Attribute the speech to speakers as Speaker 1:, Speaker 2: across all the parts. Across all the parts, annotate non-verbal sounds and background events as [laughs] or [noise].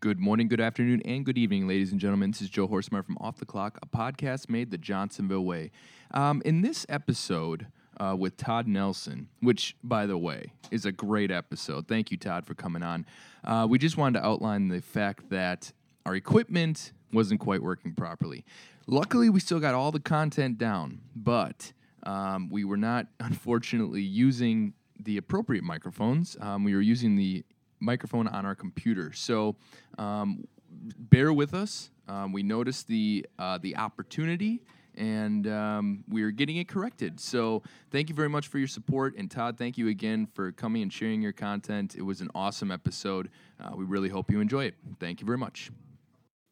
Speaker 1: Good morning, good afternoon, and good evening, ladies and gentlemen. This is Joe Horsemeyer from Off the Clock, a podcast made the Johnsonville way. Um, in this episode uh, with Todd Nelson, which, by the way, is a great episode. Thank you, Todd, for coming on. Uh, we just wanted to outline the fact that our equipment wasn't quite working properly. Luckily, we still got all the content down, but um, we were not, [laughs] unfortunately, using the appropriate microphones. Um, we were using the microphone on our computer. So um, bear with us. Um, we noticed the uh, the opportunity, and um, we are getting it corrected. So thank you very much for your support, and Todd, thank you again for coming and sharing your content. It was an awesome episode. Uh, we really hope you enjoy it. Thank you very much.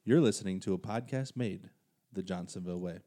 Speaker 2: You're listening to a podcast made the Johnsonville way.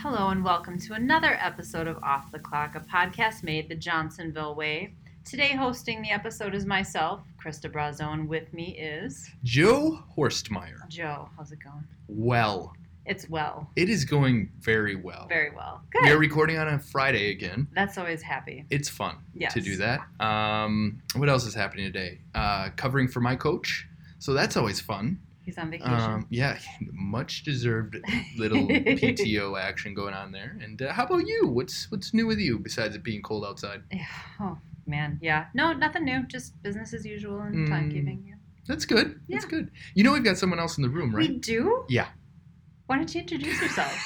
Speaker 3: Hello, and welcome to another episode of Off the Clock, a podcast made the Johnsonville way. Today, hosting the episode is myself, Krista Brazone. With me is
Speaker 1: Joe Horstmeyer.
Speaker 3: Joe. How's it going?
Speaker 1: Well,
Speaker 3: It's well,
Speaker 1: it is going very well.
Speaker 3: very well. Good.
Speaker 1: We are recording on a Friday again.
Speaker 3: That's always happy.
Speaker 1: It's fun
Speaker 3: Yes.
Speaker 1: to do that. Um, what else is happening today? Uh, covering for my coach, so that's always fun.
Speaker 3: He's on vacation.
Speaker 1: Um, yeah, [laughs] much deserved little
Speaker 3: [laughs]
Speaker 1: PTO action going on there. And uh, how about you? What's what's new with you besides it being cold outside?
Speaker 3: Yeah. [sighs] oh man, yeah. No, nothing new. Just business as usual and
Speaker 1: Mm.
Speaker 3: timekeeping. Yeah.
Speaker 1: That's good. That's
Speaker 3: Yeah.
Speaker 1: good. You know we've got someone else in the room,
Speaker 3: We
Speaker 1: right?
Speaker 3: do.
Speaker 1: Yeah.
Speaker 3: Why don't you introduce yourself?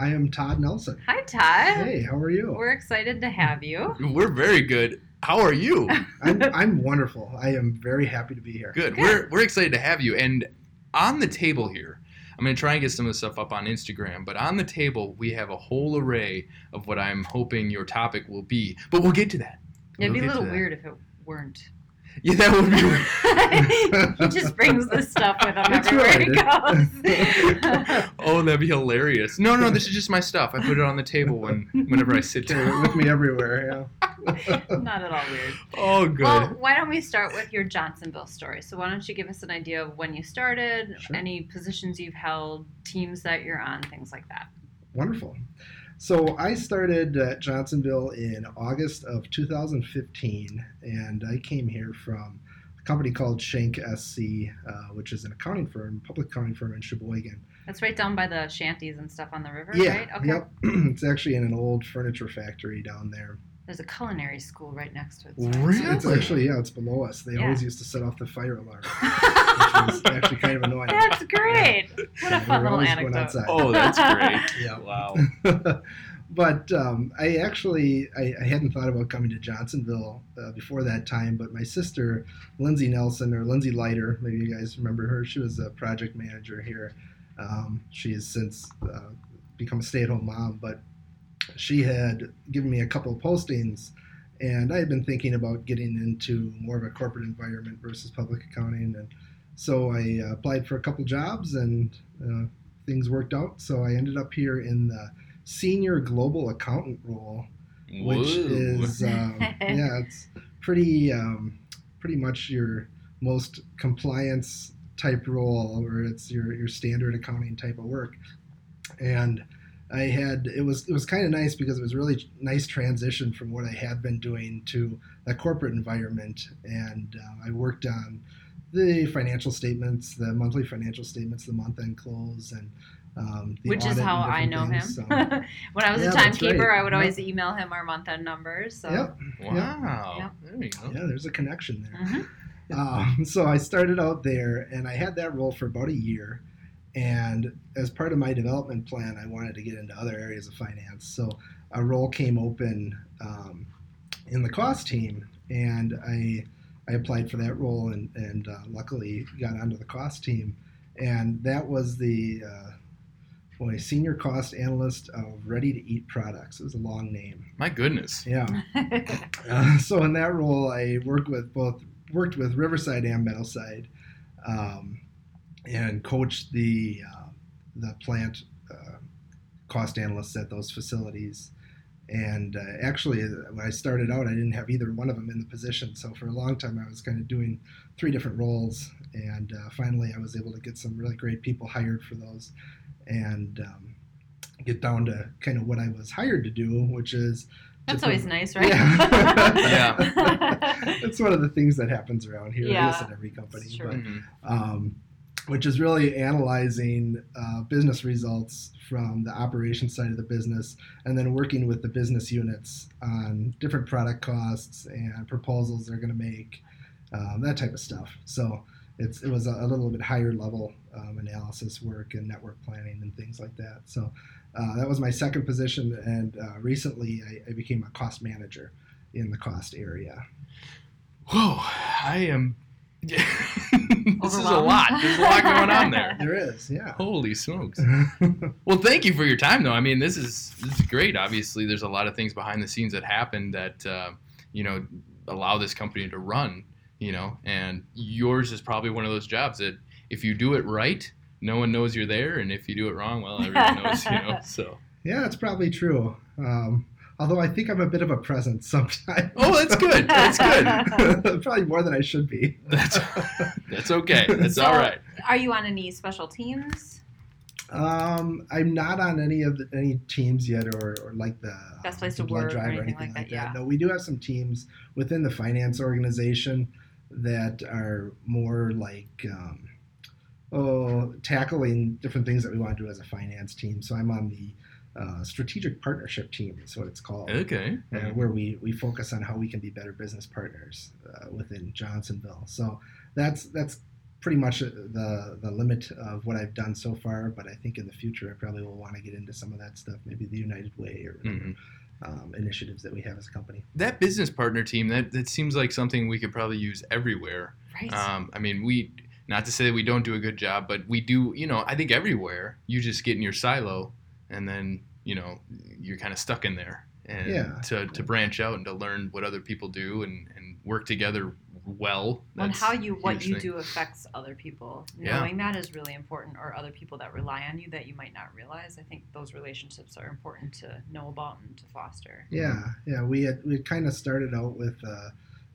Speaker 4: I am Todd Nelson.
Speaker 3: Hi, Todd.
Speaker 4: Hey, how are you?
Speaker 3: We're excited to have you.
Speaker 1: We're very good. How are you?
Speaker 4: [laughs]
Speaker 3: [laughs]
Speaker 4: I'm, I'm wonderful. I am very happy to be here.
Speaker 1: Good.
Speaker 3: Good.
Speaker 1: We're we're excited to have you. And on the table here, I'm gonna try and get some of the stuff up on Instagram. But on the table, we have a whole array of what I'm hoping your topic will be. But we'll get to that.
Speaker 3: It'd
Speaker 1: We'll
Speaker 3: be a
Speaker 1: get to
Speaker 3: little
Speaker 1: that.
Speaker 3: weird if it weren't.
Speaker 1: Yeah, that would be. [laughs] weird.
Speaker 3: [laughs] he just brings this stuff with him
Speaker 4: It's
Speaker 3: everywhere he
Speaker 4: related.
Speaker 3: goes. [laughs]
Speaker 1: Oh, that'd be hilarious. No, no, this is just my stuff. I put it on the table when whenever I sit
Speaker 4: Carry it
Speaker 1: down.
Speaker 3: [laughs]
Speaker 4: with me everywhere.
Speaker 3: Not at all weird.
Speaker 1: Oh, good.
Speaker 3: Well, why don't we start with your Johnsonville story? So, why don't you give us an idea of when you started,
Speaker 4: Sure.
Speaker 3: any positions you've held, teams that you're on, things like that.
Speaker 4: Yeah. Wonderful. So I started at Johnsonville in August of 2015, and I came here from a company called Shank SC, uh, which is an accounting firm, public accounting firm in Sheboygan.
Speaker 3: That's right down by the shanties and stuff on the river,
Speaker 4: yeah,
Speaker 3: right? Okay.
Speaker 4: yep. [clears throat] it's actually in an old furniture factory down there.
Speaker 3: There's a culinary school right next to it.
Speaker 1: Really?
Speaker 3: [laughs]
Speaker 4: It's actually yeah, it's below us. They
Speaker 3: Yeah.
Speaker 4: always used to set off the fire alarm, which
Speaker 3: That's
Speaker 4: is actually kind of
Speaker 3: [laughs]
Speaker 4: annoying.
Speaker 3: great. What a
Speaker 4: We're
Speaker 3: fun little
Speaker 4: always going
Speaker 3: anecdote.
Speaker 4: outside.
Speaker 1: oh, that's great.
Speaker 4: Yeah.
Speaker 1: Wow.
Speaker 4: [laughs] but um, I actually I, I hadn't thought about coming to Johnsonville uh, before that time. But my sister Lindsay Nelson or Lindsay Leiter, maybe you guys remember her. She was a project manager here. Um, she has since uh, become a stay-at-home mom, but she had given me a couple of postings. And I had been thinking about getting into more of a corporate environment versus public accounting, and so I uh, applied for a couple jobs, and uh, things worked out. So I ended up here in the senior global accountant role,
Speaker 3: [laughs]
Speaker 4: which is um, yeah, it's pretty um, pretty much your most compliance type role, or it's your your standard accounting type of work. And I had it was it was kind of nice because it was really nice transition from what I had been doing to a corporate environment, and uh, I worked on the financial statements, the monthly financial statements, the month end close, and um, the
Speaker 3: Which is
Speaker 4: audit and
Speaker 3: how I
Speaker 4: different
Speaker 3: know him. [laughs]
Speaker 4: things, so-
Speaker 3: when I was
Speaker 4: Yeah,
Speaker 3: a
Speaker 4: that's
Speaker 3: timekeeper,
Speaker 4: right.
Speaker 3: I would always email him our month end numbers. So.
Speaker 4: Yep.
Speaker 1: Wow.
Speaker 3: Yeah.
Speaker 1: There we go.
Speaker 4: Yeah, there's a connection there.
Speaker 3: Mhm.
Speaker 4: [laughs] um, so I started out there, and I had that role for about a year. And as part of my development plan, I wanted to get into other areas of finance. So a role came open um, in the cost team, and I I applied for that role, and and uh, luckily got onto the cost team. And that was the uh, Boy, senior cost analyst of ready to eat products. It was a long name.
Speaker 1: My goodness.
Speaker 4: Yeah. Uh, [laughs] so in that role, I worked with both worked with Riverside and Meadowside, um, and coached the uh, the plant uh, cost analysts at those facilities. And uh, actually, when I started out, I didn't have either one of them in the position. So for a long time, I was kind of doing three different roles. And uh, finally, I was able to get some really great people hired for those, and um, get down to kind of what I was hired to do, which is to
Speaker 3: [laughs] That's
Speaker 4: pro-
Speaker 3: always nice, right?
Speaker 4: [laughs]
Speaker 3: [laughs]
Speaker 4: Yeah. [laughs] That's one of the things that happens around here. I guess
Speaker 3: Yeah.
Speaker 4: at every company,
Speaker 3: It's true.
Speaker 4: but
Speaker 1: Mhm.
Speaker 4: um, which is really analyzing uh, business results from the operations side of the business and then working with the business units on different product costs and proposals they're going to make, um, that type of stuff. So it's, it was a, a little bit higher level um, analysis work and network planning and things like that. So uh, that was my second position, and uh, recently I, I became a cost manager in the cost area.
Speaker 1: Whoa, I am. [laughs] this is a
Speaker 3: Overwhelmed?
Speaker 1: lot. There's a lot going on there.
Speaker 3: [laughs]
Speaker 4: There is, [laughs] yeah.
Speaker 1: Holy smokes. Well, thank you for your time, though. I mean, this is this is great. Obviously, there's a lot of things behind the scenes that happen that uh, you know allow this company to run. You know, and yours is probably one of those jobs that if you do it right, no one knows you're there, and if you do it wrong, well, everyone knows. You know, so
Speaker 4: Yeah, that's probably true. Um, although I think I'm a bit of a presence [laughs] sometimes.
Speaker 1: oh, that's good. That's
Speaker 3: Oh,
Speaker 1: good.
Speaker 4: [laughs] probably more than I should be.
Speaker 1: That's that's okay. That's all right.
Speaker 3: [laughs] Are you on any special teams?
Speaker 4: Um, I'm not on any of the, any teams yet, or, or like the
Speaker 3: Best place
Speaker 4: the
Speaker 3: to
Speaker 4: blood
Speaker 3: work or
Speaker 4: drive
Speaker 3: anything like that, yeah.
Speaker 4: No, we do have some teams within the finance organization that are more like um, oh tackling different things that we want to do as a finance team. So I'm on the uh, strategic partnership team. Is what it's called.
Speaker 1: Okay.
Speaker 4: uh, where we, we focus on how we can be better business partners uh, within Johnsonville. So that's that's pretty much uh, the the limit of what I've done so far. But I think in the future, I probably will want to get into some of that stuff, maybe the United Way or
Speaker 1: Mhm.
Speaker 4: um, initiatives that we have as a company.
Speaker 1: that business partner team that, that seems like something we could probably use everywhere
Speaker 3: Right.
Speaker 1: um, i mean we not to say that we don't do a good job but we do you know i think everywhere you just get in your silo and then you know you're kind of stuck in there and
Speaker 4: Yeah.
Speaker 1: to, to branch out and to learn what other people do and, and work together well
Speaker 3: and
Speaker 1: that's
Speaker 3: how you
Speaker 1: a
Speaker 3: what
Speaker 1: huge
Speaker 3: you
Speaker 1: thing.
Speaker 3: do affects other people.
Speaker 1: Yeah.
Speaker 3: Knowing that is really important, or other people that rely on you that you might not realize. I think those relationships are important to know about and to foster.
Speaker 1: Mm-hmm.
Speaker 4: Yeah, yeah. We had we kind of started out with uh,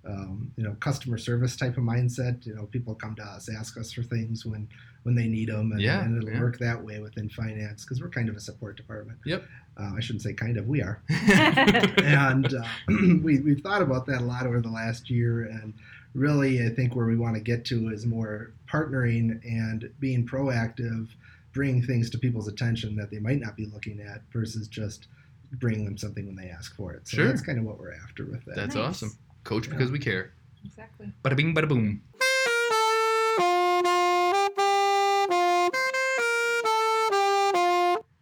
Speaker 4: um, you know customer service type of mindset. You know, people come to us, ask us for things when when they need them, and,
Speaker 1: Yeah,
Speaker 4: and it'll
Speaker 1: yeah.
Speaker 4: work that way within finance because we're kind of a support department.
Speaker 1: Yep.
Speaker 4: Uh, I shouldn't say kind of. We are. and uh, [clears throat] we, we've thought about that a lot over the last year and really i think where we want to get to is more partnering and being proactive bringing things to people's attention that they might not be looking at versus just bringing them something when they ask for it so
Speaker 1: Sure.
Speaker 4: that's kind of what we're after with that
Speaker 1: That's awesome. [laughs] coach because we care
Speaker 3: Exactly.
Speaker 1: bada bing bada boom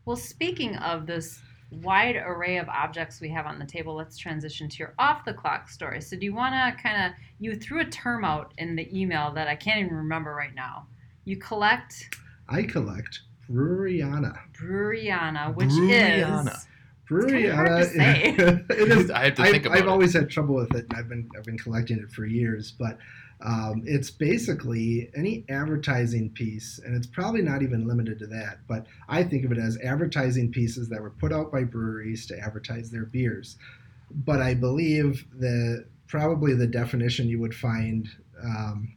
Speaker 3: Well, speaking of this wide array of objects we have on the table, let's transition to your off the clock story. So, do you want to kind of, you threw a term out in the email that I can't even remember right now. You collect
Speaker 4: i collect breweriana
Speaker 3: Breweriana, which
Speaker 1: Breweriana.
Speaker 3: is. kinda hard
Speaker 4: breweriana
Speaker 3: to say.
Speaker 4: [laughs] it is
Speaker 1: [laughs] i have to
Speaker 4: I've,
Speaker 1: think about
Speaker 4: I've
Speaker 1: it
Speaker 4: always had trouble with it, and I've been I've been collecting it for years. But um, it's basically any advertising piece, and it's probably not even limited to that. But I think of it as advertising pieces that were put out by breweries to advertise their beers. But I believe that probably the definition you would find um,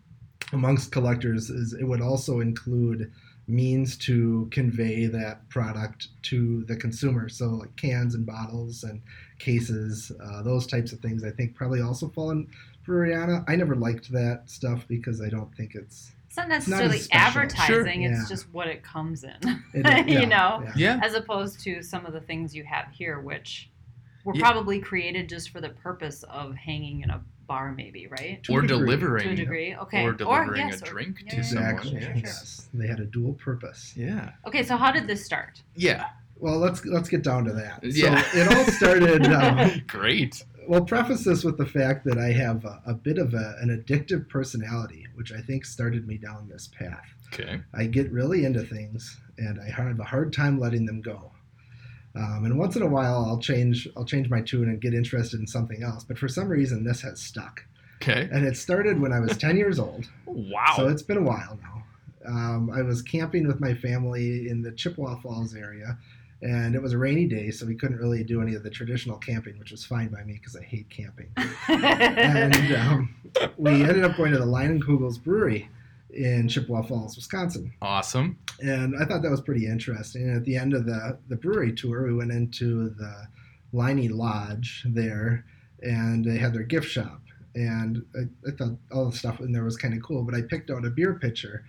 Speaker 4: amongst collectors is it would also include means to convey that product to the consumer. So like cans and bottles and cases, uh, those types of things. I think probably also fall in Breweriana. I never liked that stuff because I don't think it's
Speaker 3: It's not
Speaker 4: as
Speaker 3: necessarily
Speaker 4: special.
Speaker 3: advertising,
Speaker 4: Sure.
Speaker 3: it's
Speaker 4: Yeah.
Speaker 3: just what it comes in, [laughs]
Speaker 4: it-
Speaker 3: You
Speaker 4: yeah,
Speaker 3: know?
Speaker 4: yeah.
Speaker 1: yeah
Speaker 3: as opposed to some of the things you have here, which were
Speaker 1: Yeah.
Speaker 3: probably created just for the purpose of hanging in a bar, maybe, right?
Speaker 4: To a
Speaker 1: or
Speaker 4: degree.
Speaker 3: To a
Speaker 1: delivering
Speaker 3: degree. Okay.
Speaker 1: or delivering
Speaker 3: yes,
Speaker 1: a drink
Speaker 3: yeah,
Speaker 1: to
Speaker 3: yeah, yeah.
Speaker 1: someone
Speaker 4: Exactly.
Speaker 1: yeah.
Speaker 4: Yes, they had a dual purpose.
Speaker 1: yeah
Speaker 3: Okay, so how did this start?
Speaker 1: yeah
Speaker 4: Well, let's let's get down to that.
Speaker 1: Yeah. [laughs]
Speaker 4: So it all started. Um,
Speaker 1: great
Speaker 4: well, preface this with the fact that I have a, a bit of a, an addictive personality, which I think started me down this path.
Speaker 1: Okay.
Speaker 4: I get really into things, and I have a hard time letting them go. Um, and once in a while, I'll change I'll change my tune and get interested in something else. But for some reason, this has stuck,
Speaker 1: Okay.
Speaker 4: and it started when I was 10 years old.
Speaker 1: Wow.
Speaker 4: So it's been a while now. Um, I was camping with my family in the Chippewa Falls area, and it was a rainy day, so we couldn't really do any of the traditional camping, which was fine by me because I hate camping and um, we ended up going to the Lion and Kugel's Brewery in Chippewa Falls, Wisconsin.
Speaker 1: awesome.
Speaker 4: And I thought that was pretty interesting. And at the end of the, the brewery tour, we went into the Liney Lodge there, and they had their gift shop. And I, I thought all the stuff in there was kind of cool, but I picked out a beer pitcher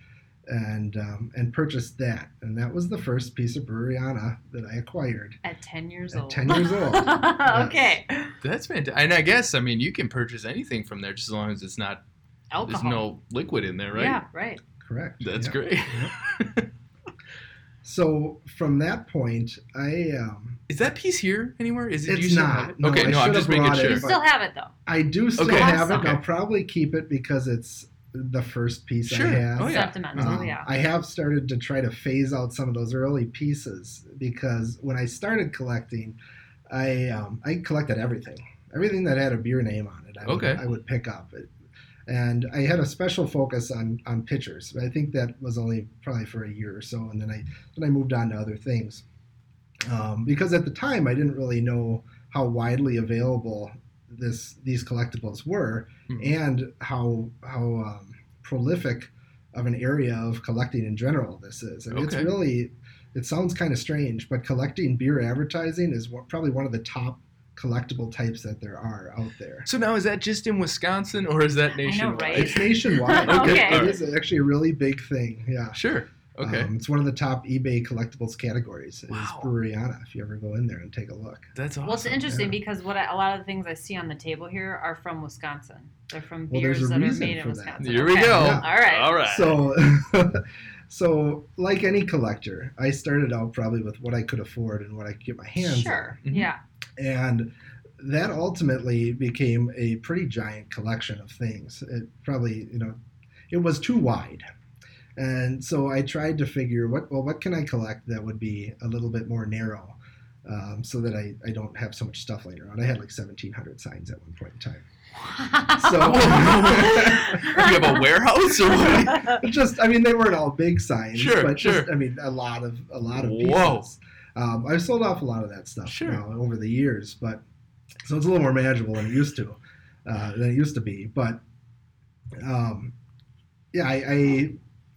Speaker 4: and um, and purchased that. And that was the first piece of Breweriana that I acquired.
Speaker 3: [laughs] At 10 years
Speaker 4: At
Speaker 3: old.
Speaker 4: 10
Speaker 3: [laughs]
Speaker 4: years old.
Speaker 3: okay.
Speaker 1: That's fantastic. And I guess I mean you can purchase anything from there just as long as it's not
Speaker 3: Alcohol.
Speaker 1: there's no liquid in there, right?
Speaker 3: Yeah, right.
Speaker 4: Correct.
Speaker 1: That's
Speaker 4: Yeah.
Speaker 1: great. [laughs]
Speaker 4: So from that point, I um,
Speaker 1: Is that piece here anywhere? Is it
Speaker 4: It's
Speaker 1: you still
Speaker 4: not.
Speaker 1: have it?
Speaker 4: No,
Speaker 1: okay,
Speaker 4: I
Speaker 1: no, I'm
Speaker 4: should
Speaker 1: just
Speaker 4: have
Speaker 1: making
Speaker 4: brought it.
Speaker 1: sure.
Speaker 3: You still have it, though.
Speaker 4: I do still
Speaker 1: Okay.
Speaker 4: have it. and
Speaker 1: Okay.
Speaker 4: I'll probably keep it because it's the first piece
Speaker 1: Sure.
Speaker 4: I have.
Speaker 1: Oh, yeah.
Speaker 3: Sentimental,
Speaker 4: Um,
Speaker 3: yeah.
Speaker 4: I have started to try to phase out some of those early pieces because when I started collecting, I um, I collected everything, everything that had a beer name on it. I
Speaker 1: Okay.
Speaker 4: Would, I would pick up it. And I had a special focus on on pictures. I think that was only probably for a year or so, and then I then I moved on to other things um, because at the time I didn't really know how widely available this these collectibles were
Speaker 1: Hmm.
Speaker 4: and how how um, prolific of an area of collecting in general this is. And It's
Speaker 1: Okay.
Speaker 4: really it sounds kind of strange, but collecting beer advertising is what, probably one of the top collectible types that there are out there.
Speaker 1: So now is that just in Wisconsin or is that
Speaker 3: know,
Speaker 1: nationwide?
Speaker 3: right?
Speaker 4: It's nationwide.
Speaker 1: Okay.
Speaker 4: It is actually a really big thing. Yeah.
Speaker 1: Sure. Okay.
Speaker 4: Um, it's one of the top eBay collectibles categories. It is
Speaker 1: Wow.
Speaker 4: Breweriana if you ever go in there and take a look.
Speaker 1: That's awesome.
Speaker 3: Well, it's interesting because what I, a lot of the things I see on the table here are from Wisconsin. They're from
Speaker 4: Well,
Speaker 3: beers
Speaker 4: there's a
Speaker 3: that are
Speaker 4: reason
Speaker 3: made in
Speaker 4: for that.
Speaker 3: Wisconsin.
Speaker 1: Here we
Speaker 3: Okay.
Speaker 1: go.
Speaker 4: Yeah.
Speaker 3: All right.
Speaker 1: All right.
Speaker 4: So, [laughs] so like any collector, I started out probably with what I could afford and what I could get my hands Mm-hmm. on.
Speaker 3: Sure.
Speaker 1: Mhm.
Speaker 3: Yeah.
Speaker 4: and that ultimately became a pretty giant collection of things it probably you know it was too wide and so i tried to figure what well what can i collect that would be a little bit more narrow um, so that I, I don't have so much stuff later on i had like 1700 signs at one point in time So-
Speaker 1: [laughs] you have a warehouse or
Speaker 4: [laughs]
Speaker 1: what? [laughs]
Speaker 4: But just i mean they weren't all big signs
Speaker 1: Sure,
Speaker 4: but just
Speaker 1: sure.
Speaker 4: i mean a lot of a lot of pieces
Speaker 1: Whoa.
Speaker 4: um, i've sold off a lot of that stuff
Speaker 1: Sure.
Speaker 4: now over the years but so it's a little more manageable than it used to uh, than it used to be but um, yeah I,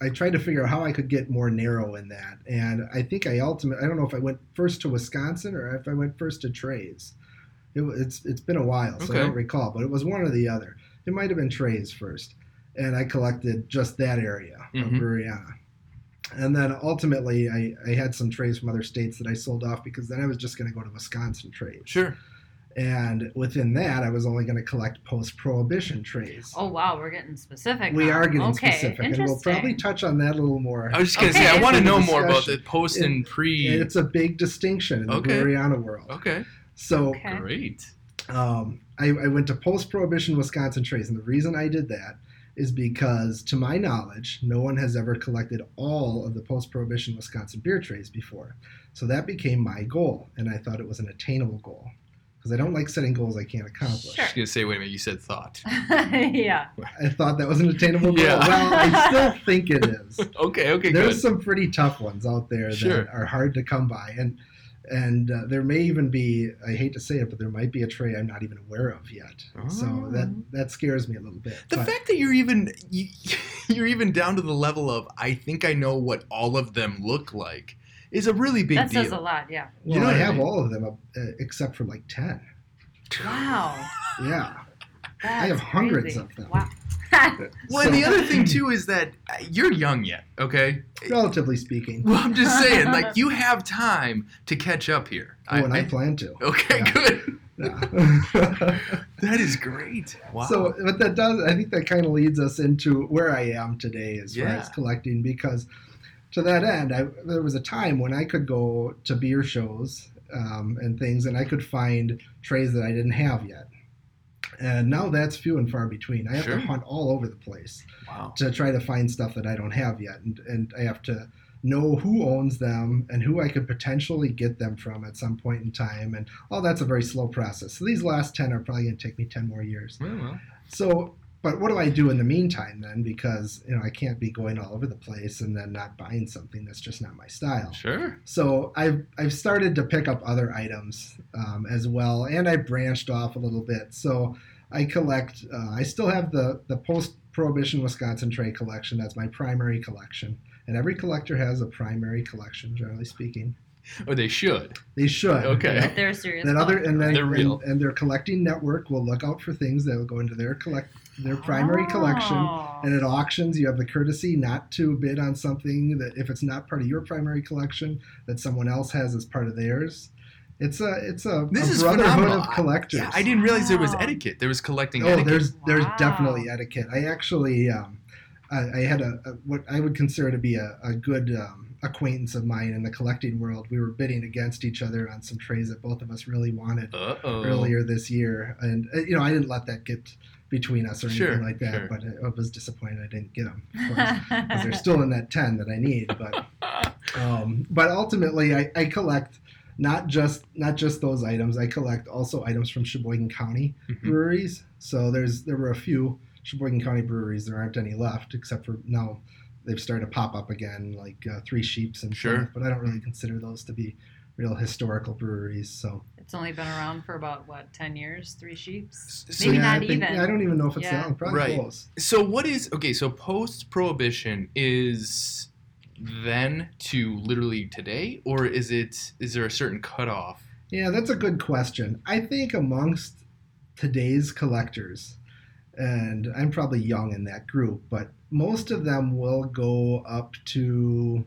Speaker 4: I i tried to figure out how i could get more narrow in that and i think i ultimately i don't know if i went first to wisconsin or if i went first to trey's it, wa- it's it's been a while so
Speaker 1: Okay.
Speaker 4: i don't recall but it was one or the other it might have been trey's first and i collected just that area
Speaker 1: Mhm.
Speaker 4: of Breweriana. and then ultimately I, I had some trays from other states that i sold off because then i was just going to go to wisconsin trays
Speaker 1: Sure.
Speaker 4: and within that, I was only going to collect post-prohibition trays.
Speaker 3: [laughs] oh wow, we're getting specific.
Speaker 4: we
Speaker 3: now.
Speaker 4: are getting
Speaker 3: okay,
Speaker 4: specific, and
Speaker 3: Interesting.
Speaker 4: we'll probably touch on that a little more.
Speaker 1: I was just gonna
Speaker 3: Okay.
Speaker 1: say I want to
Speaker 4: It's a
Speaker 1: know more about the
Speaker 4: discussion.
Speaker 1: post
Speaker 4: It-
Speaker 1: and pre.
Speaker 4: It's a big distinction in the
Speaker 1: Okay.
Speaker 4: Breweriana world.
Speaker 1: okay.
Speaker 4: So
Speaker 3: Okay.
Speaker 1: Great.
Speaker 4: um, I, I went to post-prohibition Wisconsin trays, and the reason I did that is because, to my knowledge, no one has ever collected all of the post-prohibition Wisconsin beer trays before. So that became my goal, and I thought it was an attainable goal because I don't like setting goals I can't accomplish.
Speaker 1: I was just gonna say, wait a minute, you said
Speaker 3: [laughs]
Speaker 1: thought.
Speaker 3: yeah.
Speaker 4: I thought that was an attainable goal.
Speaker 1: Yeah.
Speaker 4: Well, I still think it is.
Speaker 1: Okay. Okay.
Speaker 4: There's
Speaker 1: good.
Speaker 4: some pretty tough ones out there
Speaker 1: Sure.
Speaker 4: that are hard to come by, and and uh, there may even be. I hate to say it, but there might be a tray I'm not even aware of yet. So
Speaker 1: Oh.
Speaker 4: that that scares me a little bit.
Speaker 1: The
Speaker 4: but
Speaker 1: fact that you're even you, [laughs] you're even down to the level of I think I know what all of them look like is a really big
Speaker 3: that
Speaker 1: deal.
Speaker 3: says a lot. Yeah.
Speaker 4: well,
Speaker 1: you know
Speaker 4: I
Speaker 1: what I
Speaker 4: have
Speaker 1: mean.
Speaker 4: all of them up, uh, except for like ten.
Speaker 3: Wow.
Speaker 4: Yeah,
Speaker 3: That's
Speaker 4: have hundreds
Speaker 3: crazy.
Speaker 4: of them.
Speaker 3: Wow. [laughs]
Speaker 1: Well, and the other thing too is that uh, you're young yet. Okay.
Speaker 4: [laughs] relatively speaking.
Speaker 1: Well, I'm just saying, like
Speaker 3: [laughs]
Speaker 1: you have time to catch up here.
Speaker 4: Oh, and I
Speaker 1: [laughs]
Speaker 4: plan to.
Speaker 1: okay.
Speaker 4: yeah.
Speaker 1: Good.
Speaker 4: Yeah. [laughs]
Speaker 1: That is great. Wow.
Speaker 4: So, but that does, I think that kind of leads us into where I am today as far
Speaker 1: Yeah.
Speaker 4: as collecting, because to that end, I, there was a time when I could go to beer shows um, and things and I could find trays that I didn't have yet. And now that's few and far between. I have
Speaker 1: Sure.
Speaker 4: to hunt all over the place
Speaker 1: Wow.
Speaker 4: to try to find stuff that I don't have yet, and and I have to know who owns them and who I could potentially get them from at some point in time, and all that's a very slow process. So these last ten are probably going to take me ten more years.
Speaker 1: Well, well.
Speaker 4: So, but what do I do in the meantime then? Because you know I can't be going all over the place and then not buying something that's just not my style.
Speaker 1: Sure.
Speaker 4: So I've I've started to pick up other items um, as well, and I branched off a little bit. So I collect. Uh, I still have the the post prohibition Wisconsin trade collection. That's my primary collection, and every collector has a primary collection, generally speaking.
Speaker 1: Or they should.
Speaker 4: They should.
Speaker 1: Okay.
Speaker 3: But they're a serious.
Speaker 4: That other and then
Speaker 1: They're real.
Speaker 4: And, and their collecting network will look out for things that will go into their collect their
Speaker 3: Oh.
Speaker 4: primary collection and
Speaker 3: [laughs]
Speaker 4: at auctions, you have the courtesy not to bid on something that if it's not part of your primary collection, that someone else has as part of theirs. It's a it's a,
Speaker 1: This
Speaker 4: a
Speaker 1: is
Speaker 4: brotherhood
Speaker 1: phenomenal.
Speaker 4: of collectors.
Speaker 1: Yeah, I didn't realize there was
Speaker 3: Wow.
Speaker 1: etiquette. There was collecting
Speaker 4: Oh,
Speaker 1: etiquette.
Speaker 4: there's there's
Speaker 3: Wow.
Speaker 4: definitely etiquette. I actually um, I, I had a, a what I would consider to be a, a good um, acquaintance of mine in the collecting world. We were bidding against each other on some trays that both of us really wanted
Speaker 1: Uh oh.
Speaker 4: earlier this year, and uh, you know I didn't let that get between us or anything
Speaker 1: Sure,
Speaker 4: like that.
Speaker 1: sure.
Speaker 4: But I, I was disappointed I didn't get them. Of course because they're still in that 10 that I need. But
Speaker 1: Ah.
Speaker 4: um, but ultimately, I, I collect not just not just those items. I collect also items from Sheboygan County
Speaker 1: Mm-hmm.
Speaker 4: breweries. So there's there were a few Sheboygan County breweries. There aren't any left except for now they've started to pop up again, like uh, Three Sheeps and
Speaker 1: Sure.
Speaker 4: stuff, But I don't really consider those to be real historical breweries. So,
Speaker 3: [laughs] it's only been around for about what ten years, three sheeps,
Speaker 1: So
Speaker 3: maybe
Speaker 4: yeah,
Speaker 3: not
Speaker 4: I think-
Speaker 3: even.
Speaker 4: yeah, I don't even know if it's
Speaker 3: Yeah.
Speaker 4: that long. Probably
Speaker 1: Right.
Speaker 4: close.
Speaker 1: So what is okay? So post prohibition is then to literally today, or is it? Is there a certain cutoff?
Speaker 4: Yeah, that's a good question. I think amongst today's collectors, and I'm probably young in that group, but most of them will go up to,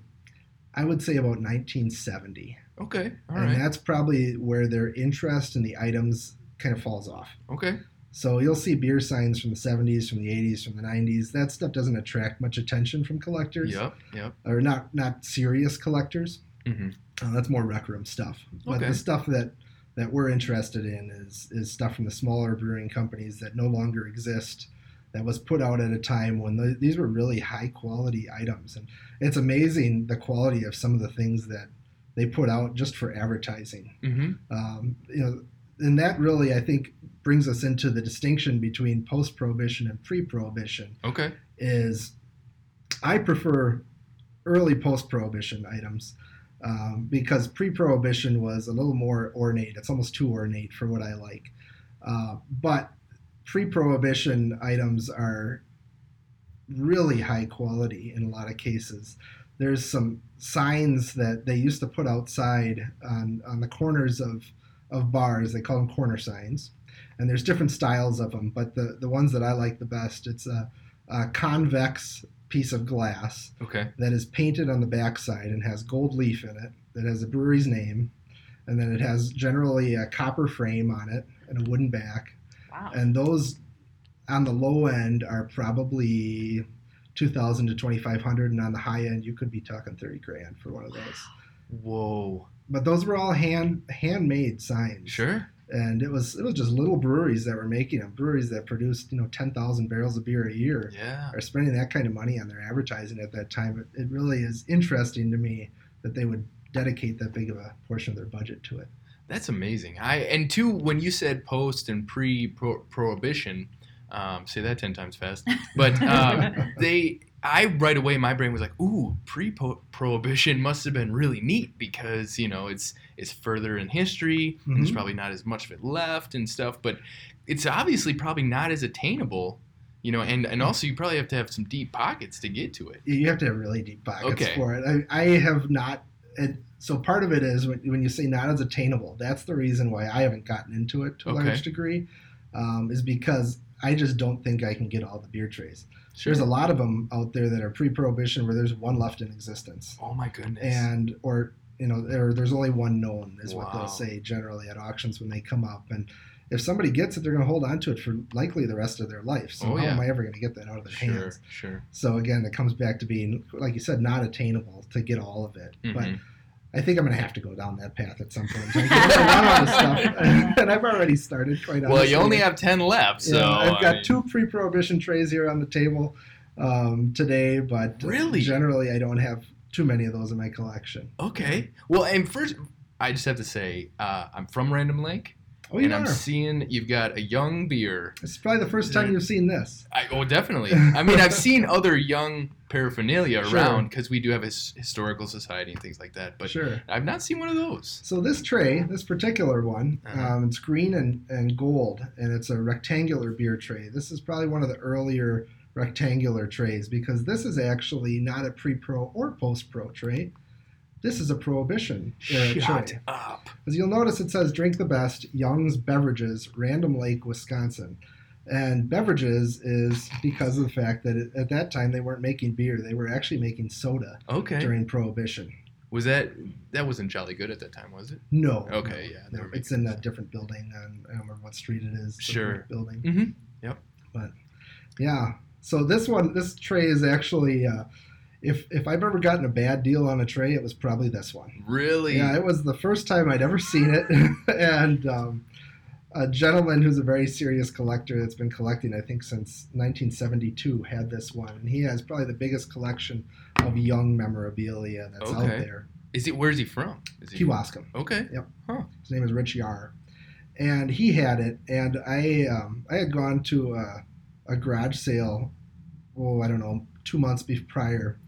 Speaker 4: I would say, about 1970.
Speaker 1: Okay. All
Speaker 4: and
Speaker 1: right.
Speaker 4: that's probably where their interest in the items kind of falls off.
Speaker 1: Okay.
Speaker 4: So you'll see beer signs from the 70s, from the 80s, from the 90s. That stuff doesn't attract much attention from collectors,
Speaker 1: Yep. Yep.
Speaker 4: or not not serious collectors.
Speaker 1: Mhm.
Speaker 4: Uh, that's more rec room stuff. But
Speaker 1: Okay.
Speaker 4: the stuff that that we're interested in is is stuff from the smaller brewing companies that no longer exist. That was put out at a time when the, these were really high quality items, and it's amazing the quality of some of the things that they put out just for advertising.
Speaker 1: hmm
Speaker 4: Um, you know, and that really I think brings us into the distinction between post prohibition and pre prohibition
Speaker 1: Okay.
Speaker 4: is I prefer early post prohibition items um, because pre prohibition was a little more ornate. It's almost too ornate for what I like. Uh, but pre prohibition items are really high quality in a lot of cases. There's some signs that they used to put outside on, on the corners of, of bars. They call them corner signs. And there's different styles of them, but the, the ones that I like the best, it's a, a convex piece of glass
Speaker 1: Okay.
Speaker 4: that is painted on the backside and has gold leaf in it, that has a brewery's name, and then it has generally a copper frame on it and a wooden back.
Speaker 3: wow. [laughs]
Speaker 4: And those on the low end are probably 2000 to 2500 and on the high end you could be talking 30 grand for one of those.
Speaker 1: Whoa.
Speaker 4: But those were all hand handmade signs.
Speaker 1: Sure.
Speaker 4: And it was it was just little breweries that were making them, breweries that produced, you know, 10,000 barrels of beer a year
Speaker 1: Yeah.
Speaker 4: are spending that kind of money on their advertising at that time, it, it really is interesting to me that they would dedicate that big of a portion of their budget to it.
Speaker 1: That's amazing. I and two when you said post and pre prohibition, um, say that ten times fast. But
Speaker 3: [laughs]
Speaker 4: uh,
Speaker 1: um, they, I right away my brain was like, ooh, pre prohibition must have been really neat because you know it's it's further in history and there's
Speaker 4: Mhm.
Speaker 1: probably not as much of it left and stuff. But it's obviously probably not as attainable, you know. And
Speaker 4: Mm.
Speaker 1: and also you probably have to have some deep pockets to get to it.
Speaker 4: You- You have to have really deep pockets
Speaker 1: Okay.
Speaker 4: for it. I, I have not. It, so part of it is when, when you say not as attainable. That's the reason why I haven't gotten into it to a
Speaker 1: Okay.
Speaker 4: large degree, um, is because I just don't think I can get all the beer trays.
Speaker 1: Sure.
Speaker 4: There's a lot of them out there that are pre-prohibition where there's one left in existence.
Speaker 1: oh my goodness.
Speaker 4: and or you know there, there's only one known is what
Speaker 1: Wow.
Speaker 4: they'll say generally at auctions when they come up and if somebody gets it they're going to hold on to it for likely the rest of their life so
Speaker 1: Oh,
Speaker 4: how
Speaker 1: yeah.
Speaker 4: am i ever going to get that out of their
Speaker 1: sure.
Speaker 4: hands
Speaker 1: Sure.
Speaker 4: so again it comes back to being like you said not attainable to get all of it but
Speaker 1: Mhm.
Speaker 4: I think I'm going to have to go down that path at some
Speaker 1: [laughs]
Speaker 4: point. Because I want all this stuff, [laughs] and I've already started. Quite
Speaker 1: Well,
Speaker 4: honestly.
Speaker 1: you only have ten left,
Speaker 4: Yeah,
Speaker 1: so
Speaker 4: I've got
Speaker 1: I mean,
Speaker 4: two pre-prohibition trays here on the table um, today, but
Speaker 1: Really?
Speaker 4: generally I don't have too many of those in my collection.
Speaker 1: Okay. Well, and first, I just have to say, uh, I'm from Random Lake,
Speaker 4: Oh,
Speaker 1: and
Speaker 4: you
Speaker 1: I'm
Speaker 4: are.
Speaker 1: seeing you've got a young beer.
Speaker 4: It's probably the first time
Speaker 1: Yeah.
Speaker 4: you've seen this.
Speaker 1: I, oh, definitely. I mean,
Speaker 4: [laughs]
Speaker 1: I've seen other young paraphernalia
Speaker 4: Sure.
Speaker 1: around because we do have a his- historical society and things like that, but
Speaker 4: sure.
Speaker 1: I've not seen one of those.
Speaker 4: So this tray, this particular one,
Speaker 1: Uh-huh.
Speaker 4: um, it's green and, and gold, and it's a rectangular beer tray. This is probably one of the earlier rectangular trays because this is actually not a pre-pro or post-pro tray. This is a prohibition uh,
Speaker 1: Shut
Speaker 4: tray.
Speaker 1: up.
Speaker 4: As you'll notice, it says "Drink the best Young's Beverages, Random Lake, Wisconsin," and beverages is because of the fact that at that time they weren't making beer; they were actually making soda
Speaker 1: Okay.
Speaker 4: during Prohibition.
Speaker 1: was that that wasn't jolly good at that time, was it?
Speaker 4: No.
Speaker 1: Okay, yeah,
Speaker 4: no,
Speaker 1: they were
Speaker 4: it's
Speaker 1: making
Speaker 4: in a
Speaker 1: soda.
Speaker 4: different building. On, I don't remember what street it is. the
Speaker 1: Sure.
Speaker 4: brick Building.
Speaker 1: Mhm. Yep.
Speaker 4: But yeah, so this one, this tray is actually, uh, if if I've ever gotten a bad deal on a tray, it was probably this one.
Speaker 1: Really?
Speaker 4: Yeah, it was the first time I'd ever seen it, [laughs] and um, a gentleman who's a very serious collector that's been collecting, I think, since 1972, had this one, and he has probably the biggest collection of young memorabilia that's out
Speaker 1: Okay.
Speaker 4: there.
Speaker 1: Is it? Where's he from? Is he?
Speaker 4: Kewaskum.
Speaker 1: Okay.
Speaker 4: His name is Rich Yar, and he had it. And I um, I had gone to a, a garage sale, oh I don't know, two months be- prior,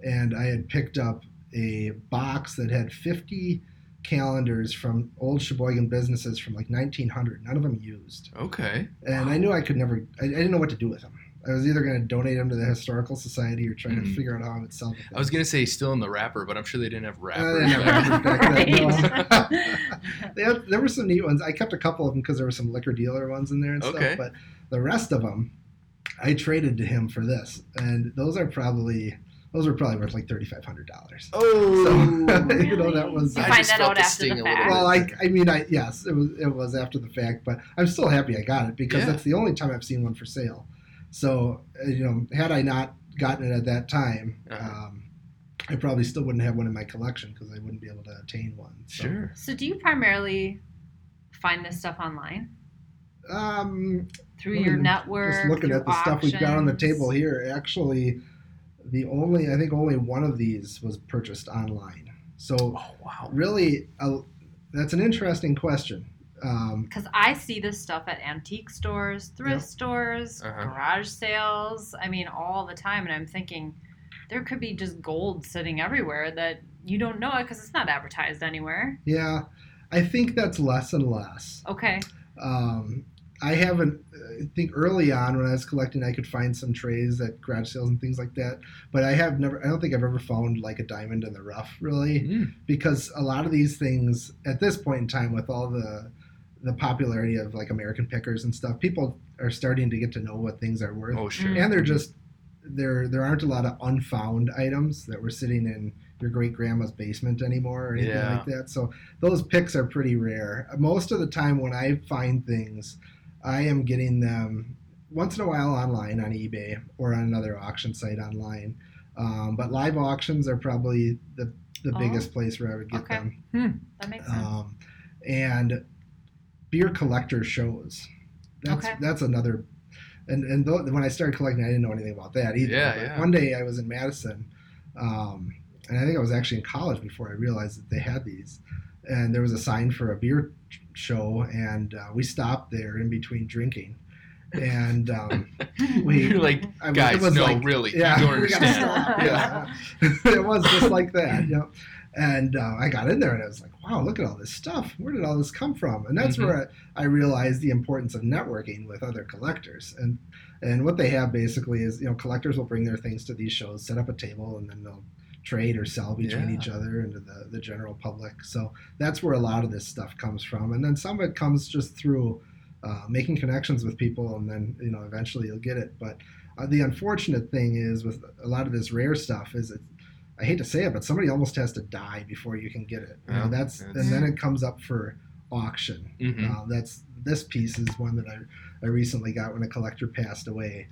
Speaker 4: and I had picked up a box that had 50 calendars from old Sheboygan businesses from like 1900. None of them used,
Speaker 1: Okay.
Speaker 4: and I knew I could never. I, I didn't know what to do with them. I was either going to donate them to the historical society or try
Speaker 1: Mhm.
Speaker 4: to figure out how I would sell them.
Speaker 1: I was gonna say still in the wrapper, but I'm sure they didn't have
Speaker 4: Uh,
Speaker 1: wrappers.
Speaker 4: they never
Speaker 1: back
Speaker 4: [laughs] did back then,
Speaker 3: Right.
Speaker 4: no. They had, there were some neat ones. I kept a couple of them because there were some liquor dealer ones in there and
Speaker 1: Okay.
Speaker 4: stuff. But the rest of them, I traded to him for this, and those are probably those were probably worth like thirty five hundred dollars.
Speaker 1: Oh,
Speaker 3: [laughs]
Speaker 4: So, [laughs] you know
Speaker 3: Really?
Speaker 4: that was.
Speaker 3: You
Speaker 1: I
Speaker 3: find
Speaker 1: just
Speaker 3: that
Speaker 1: felt
Speaker 3: out
Speaker 1: the
Speaker 3: after
Speaker 1: sting a
Speaker 3: the
Speaker 1: little
Speaker 3: fact.
Speaker 1: bit.
Speaker 4: well, I, I mean, I yes, it was it was after the fact, but I'm still happy I got it because
Speaker 1: Yeah.
Speaker 4: that's the only time I've seen one for sale. So uh, you know, had I not gotten it at that time,
Speaker 1: Uh-huh.
Speaker 4: um, I probably still wouldn't have one in my collection because I wouldn't be able to attain one.
Speaker 1: [laughs]
Speaker 4: So.
Speaker 1: sure.
Speaker 4: [laughs]
Speaker 3: So, do you primarily find this stuff online
Speaker 4: Um,
Speaker 3: through
Speaker 4: Well,
Speaker 3: your
Speaker 4: I'm
Speaker 3: network?
Speaker 4: just looking
Speaker 3: through
Speaker 4: at the stuff we've got on the
Speaker 3: auctions?
Speaker 4: table here actually the only i think only one of these was purchased online so
Speaker 1: Oh wow.
Speaker 4: really uh, that's an interesting question um,
Speaker 3: Because I see this stuff at antique stores, thrift
Speaker 4: Yeah.
Speaker 3: stores,
Speaker 1: Uh-huh.
Speaker 3: garage sales. I mean, all the time. And I'm thinking, there could be just gold sitting everywhere that you don't know it because it's not advertised anywhere.
Speaker 4: yeah i think that's less and less
Speaker 3: Okay.
Speaker 4: um, I haven't. I think early on when I was collecting, I could find some trays at garage sales and things like that. But I have never. I don't think I've ever found like a diamond in the rough, really,
Speaker 1: Mm.
Speaker 4: because a lot of these things at this point in time, with all the the popularity of like American pickers and stuff, people are starting to get to know what things are worth,
Speaker 1: Oh sure.
Speaker 4: and they're just there. There aren't a lot of unfound items that were sitting in your great grandma's basement anymore or anything
Speaker 1: Yeah.
Speaker 4: like that. So those picks are pretty rare. Most of the time when I find things, I am getting them once in a while online on eBay or on another auction site online. Um, but live auctions are probably the the
Speaker 3: Oh.
Speaker 4: biggest place where I would get
Speaker 3: Okay.
Speaker 4: them.
Speaker 3: That makes
Speaker 1: Mm-hmm.
Speaker 3: sense.
Speaker 4: Um, and beer collector shows. That's
Speaker 3: Okay.
Speaker 4: that's another. And and th- when I started collecting, I didn't know anything about that either.
Speaker 1: Yeah,
Speaker 4: But
Speaker 1: yeah.
Speaker 4: One day I was in Madison, um, and I think I was actually in college before I realized that they had these. And there was a sign for a beer show, and uh, we stopped there in between drinking. And um,
Speaker 1: [laughs]
Speaker 4: we,
Speaker 1: You're like,
Speaker 4: I mean,
Speaker 1: guys,
Speaker 4: it was
Speaker 1: no,
Speaker 4: like,
Speaker 1: really,
Speaker 4: yeah,
Speaker 1: you don't
Speaker 4: we gotta [laughs]
Speaker 1: understand.
Speaker 3: [laughs]
Speaker 4: stop.
Speaker 3: Yeah.
Speaker 4: Yeah. [laughs] it was just like that, you know. And uh, I got in there and I was like, wow, look at all this stuff. Where did all this come from? And that's
Speaker 1: Mhm.
Speaker 4: where I, I realized the importance of networking with other collectors. And and what they have basically is, you know, collectors will bring their things to these shows, set up a table, and then they'll trade or sell between
Speaker 1: Yeah.
Speaker 4: each other and to the, the general public. So that's where a lot of this stuff comes from. And then some of it comes just through uh, making connections with people, and then, you know, eventually you'll get it. But uh, the unfortunate thing is with a lot of this rare stuff is it, I hate to say it, but somebody almost has to die before you can get it. You know,
Speaker 1: Yeah,
Speaker 4: that's
Speaker 1: that's-
Speaker 4: and then it comes up for auction.
Speaker 1: Mhm.
Speaker 4: Uh, that's this piece is one that I, I recently got when a collector passed away.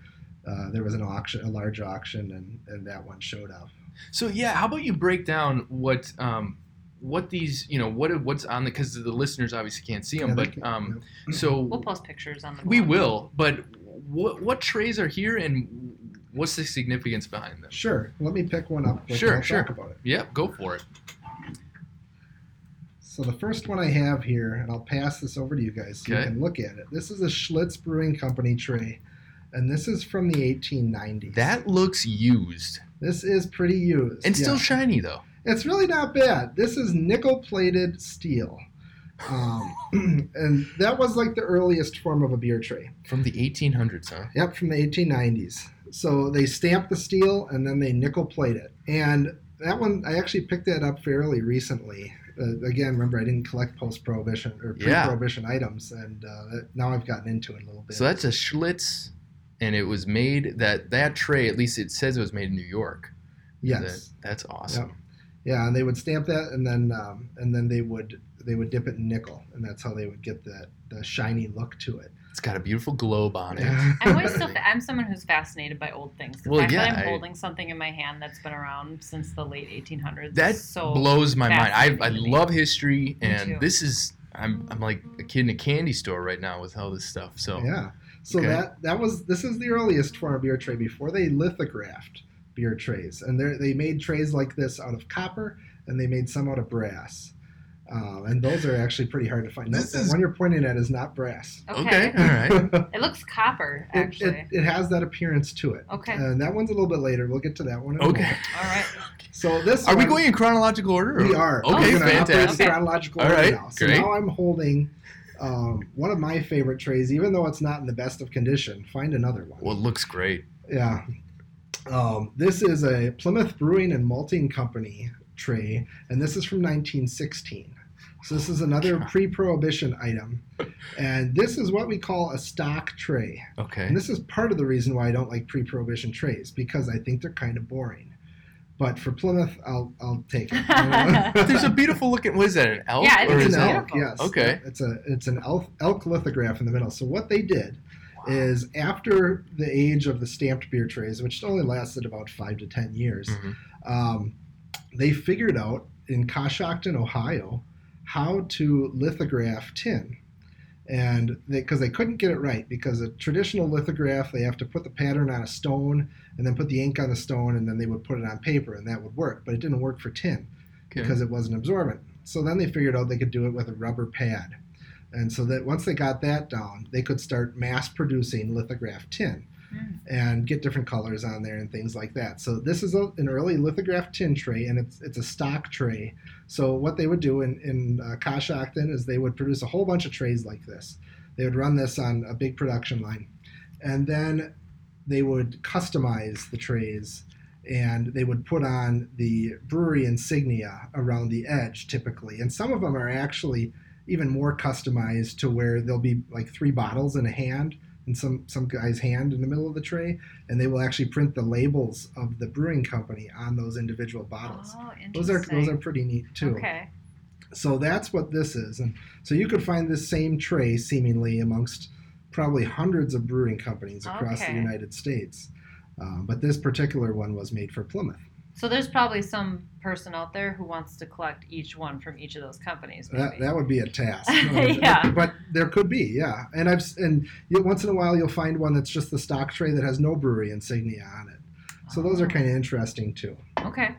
Speaker 4: Uh, there was an auction, a large auction, and, and that one showed up.
Speaker 1: So yeah, how about you break down what um, what these you know what what's on the because the listeners obviously can't see them,
Speaker 4: Yeah, they
Speaker 1: but
Speaker 4: can-
Speaker 1: um,
Speaker 4: yeah.
Speaker 1: so
Speaker 3: We'll post pictures on the.
Speaker 1: we
Speaker 3: blog.
Speaker 1: will. But what what trays are here and what's the significance behind them?
Speaker 4: Sure. Let me pick one up. quick and
Speaker 1: Sure,
Speaker 4: I'll
Speaker 1: sure.
Speaker 4: Talk about it.
Speaker 1: Yep, go for it.
Speaker 4: So the first one I have here, and I'll pass this over to you guys so
Speaker 1: Okay.
Speaker 4: you can look at it. This is a Schlitz Brewing Company tray, and this is from the 1890s.
Speaker 1: That looks used
Speaker 4: this is pretty used.
Speaker 1: and still
Speaker 4: yeah.
Speaker 1: shiny though.
Speaker 4: it's really not bad. This is nickel-plated steel, um, [clears throat] and that was like the earliest form of a beer tray.
Speaker 1: From the 1800s, huh?
Speaker 4: Yep, from the 1890s. So they stamped the steel and then they nickel plate it. And that one, I actually picked that up fairly recently. Uh, again, remember, I didn't collect post prohibition or pre
Speaker 1: Yeah.
Speaker 4: prohibition items, and uh, that- now I've gotten into it a little bit.
Speaker 1: So that's a Schlitz, and it was made that that tray. At least it says it was made in New York.
Speaker 4: yes.
Speaker 1: That- that's awesome.
Speaker 4: Yep. Yeah, and they would stamp that, and then um, and then they would they would dip it in nickel, and that's how they would get that the shiny look to it.
Speaker 1: It's got a beautiful globe on it.
Speaker 3: I'm
Speaker 1: [laughs]
Speaker 3: always so. I'm someone who's fascinated by old things. The
Speaker 1: Well,
Speaker 3: fact
Speaker 1: yeah,
Speaker 3: that I'm
Speaker 1: I-
Speaker 3: holding something in my hand that's been around since the late 1800s.
Speaker 1: That
Speaker 3: is so
Speaker 1: blows my mind. I, I
Speaker 3: fascinating to me.
Speaker 1: love history, and
Speaker 3: too.
Speaker 1: this is I'm I'm like a kid in a candy store right now with all this stuff. So
Speaker 4: Yeah. So
Speaker 1: Okay.
Speaker 4: that that was this is the earliest form of beer tray before they lithographed beer trays, and they they made trays like this out of copper, and they made some out of brass, um, and those are actually pretty hard to find.
Speaker 1: This
Speaker 4: That-
Speaker 1: is-
Speaker 4: that one you're pointing at is not brass.
Speaker 1: okay,
Speaker 3: Okay.
Speaker 1: all right.
Speaker 4: [laughs] It-
Speaker 3: It looks copper,
Speaker 4: it,
Speaker 3: actually.
Speaker 4: it, has that appearance to it.
Speaker 3: Okay.
Speaker 4: And that one's a little bit later. We'll get to that one. in a
Speaker 1: Okay,
Speaker 4: moment.
Speaker 3: All right.
Speaker 4: So this
Speaker 1: are we
Speaker 4: one-
Speaker 1: going in chronological order?
Speaker 4: We are.
Speaker 1: Okay,
Speaker 4: We're gonna operate in
Speaker 1: fantastic.
Speaker 3: Okay.
Speaker 4: Chronological
Speaker 1: All
Speaker 4: order
Speaker 1: right,
Speaker 4: now. So
Speaker 1: great.
Speaker 4: now I'm holding um, one of my favorite trays, even though it's not in the best of condition. Find another one.
Speaker 1: Well, it looks great.
Speaker 4: Yeah. Um, this is a Plymouth Brewing and Malting Company tray, and this is from 1916. So this is another pre-prohibition item, and this is what we call a stock tray.
Speaker 1: Okay,
Speaker 4: And this is part of the reason why I don't like pre-prohibition trays because I think they're kind of boring. But for Plymouth, I'll I'll take
Speaker 1: [laughs]
Speaker 4: it. [laughs]
Speaker 1: there's a beautiful looking. What is that? An elk?
Speaker 3: Yeah, I think
Speaker 1: or
Speaker 4: It's
Speaker 1: is
Speaker 4: an
Speaker 1: that-
Speaker 4: elk,
Speaker 3: beautiful.
Speaker 4: yes.
Speaker 1: Okay.
Speaker 4: It's a it's an elk, elk lithograph in the middle. So what they did is after the age of the stamped beer trays, which only lasted about five to ten years,
Speaker 1: Mhm.
Speaker 4: um, they figured out in Coshocton, Ohio, how to lithograph tin. And because they, couldn't get it right, because a traditional lithograph, they have to put the pattern on a stone and then put the ink on the stone and then they would put it on paper and that would work. But it didn't work for tin
Speaker 1: Okay.
Speaker 4: because it wasn't absorbent. So then they figured out they could do it with a rubber pad. And so that once they got that down, they could start mass producing lithograph tin
Speaker 3: Mm.
Speaker 4: and get different colors on there and things like that. So this is a, an early lithograph tin tray and it's it's a stock tray. So what they would do in in uh, Coshocton is they would produce a whole bunch of trays like this. They would run this on a big production line. And then they would customize the trays and they would put on the brewery insignia around the edge typically and some of them are actually even more customized to where there'll be like three bottles in a hand in some some guy's hand in the middle of the tray and they will actually print the labels of the brewing company on those individual bottles
Speaker 3: Oh, interesting.
Speaker 4: those are those are pretty neat too
Speaker 3: Okay.
Speaker 4: so that's what this is and so you could find this same tray seemingly amongst probably hundreds of brewing companies across
Speaker 3: Okay.
Speaker 4: the united states um, but this particular one was made for plymouth
Speaker 3: So there's probably some person out there who wants to collect each one from each of those companies.
Speaker 4: That,
Speaker 3: maybe.
Speaker 4: that would be a
Speaker 3: [laughs]
Speaker 4: task. Uh,
Speaker 3: Yeah.
Speaker 4: But there could be, yeah. And I've s- and you, once in a while you'll find one that's just the stock tray that has no brewery insignia on it. So those are
Speaker 3: Ah.
Speaker 4: kind of interesting too.
Speaker 3: of Oh, okay.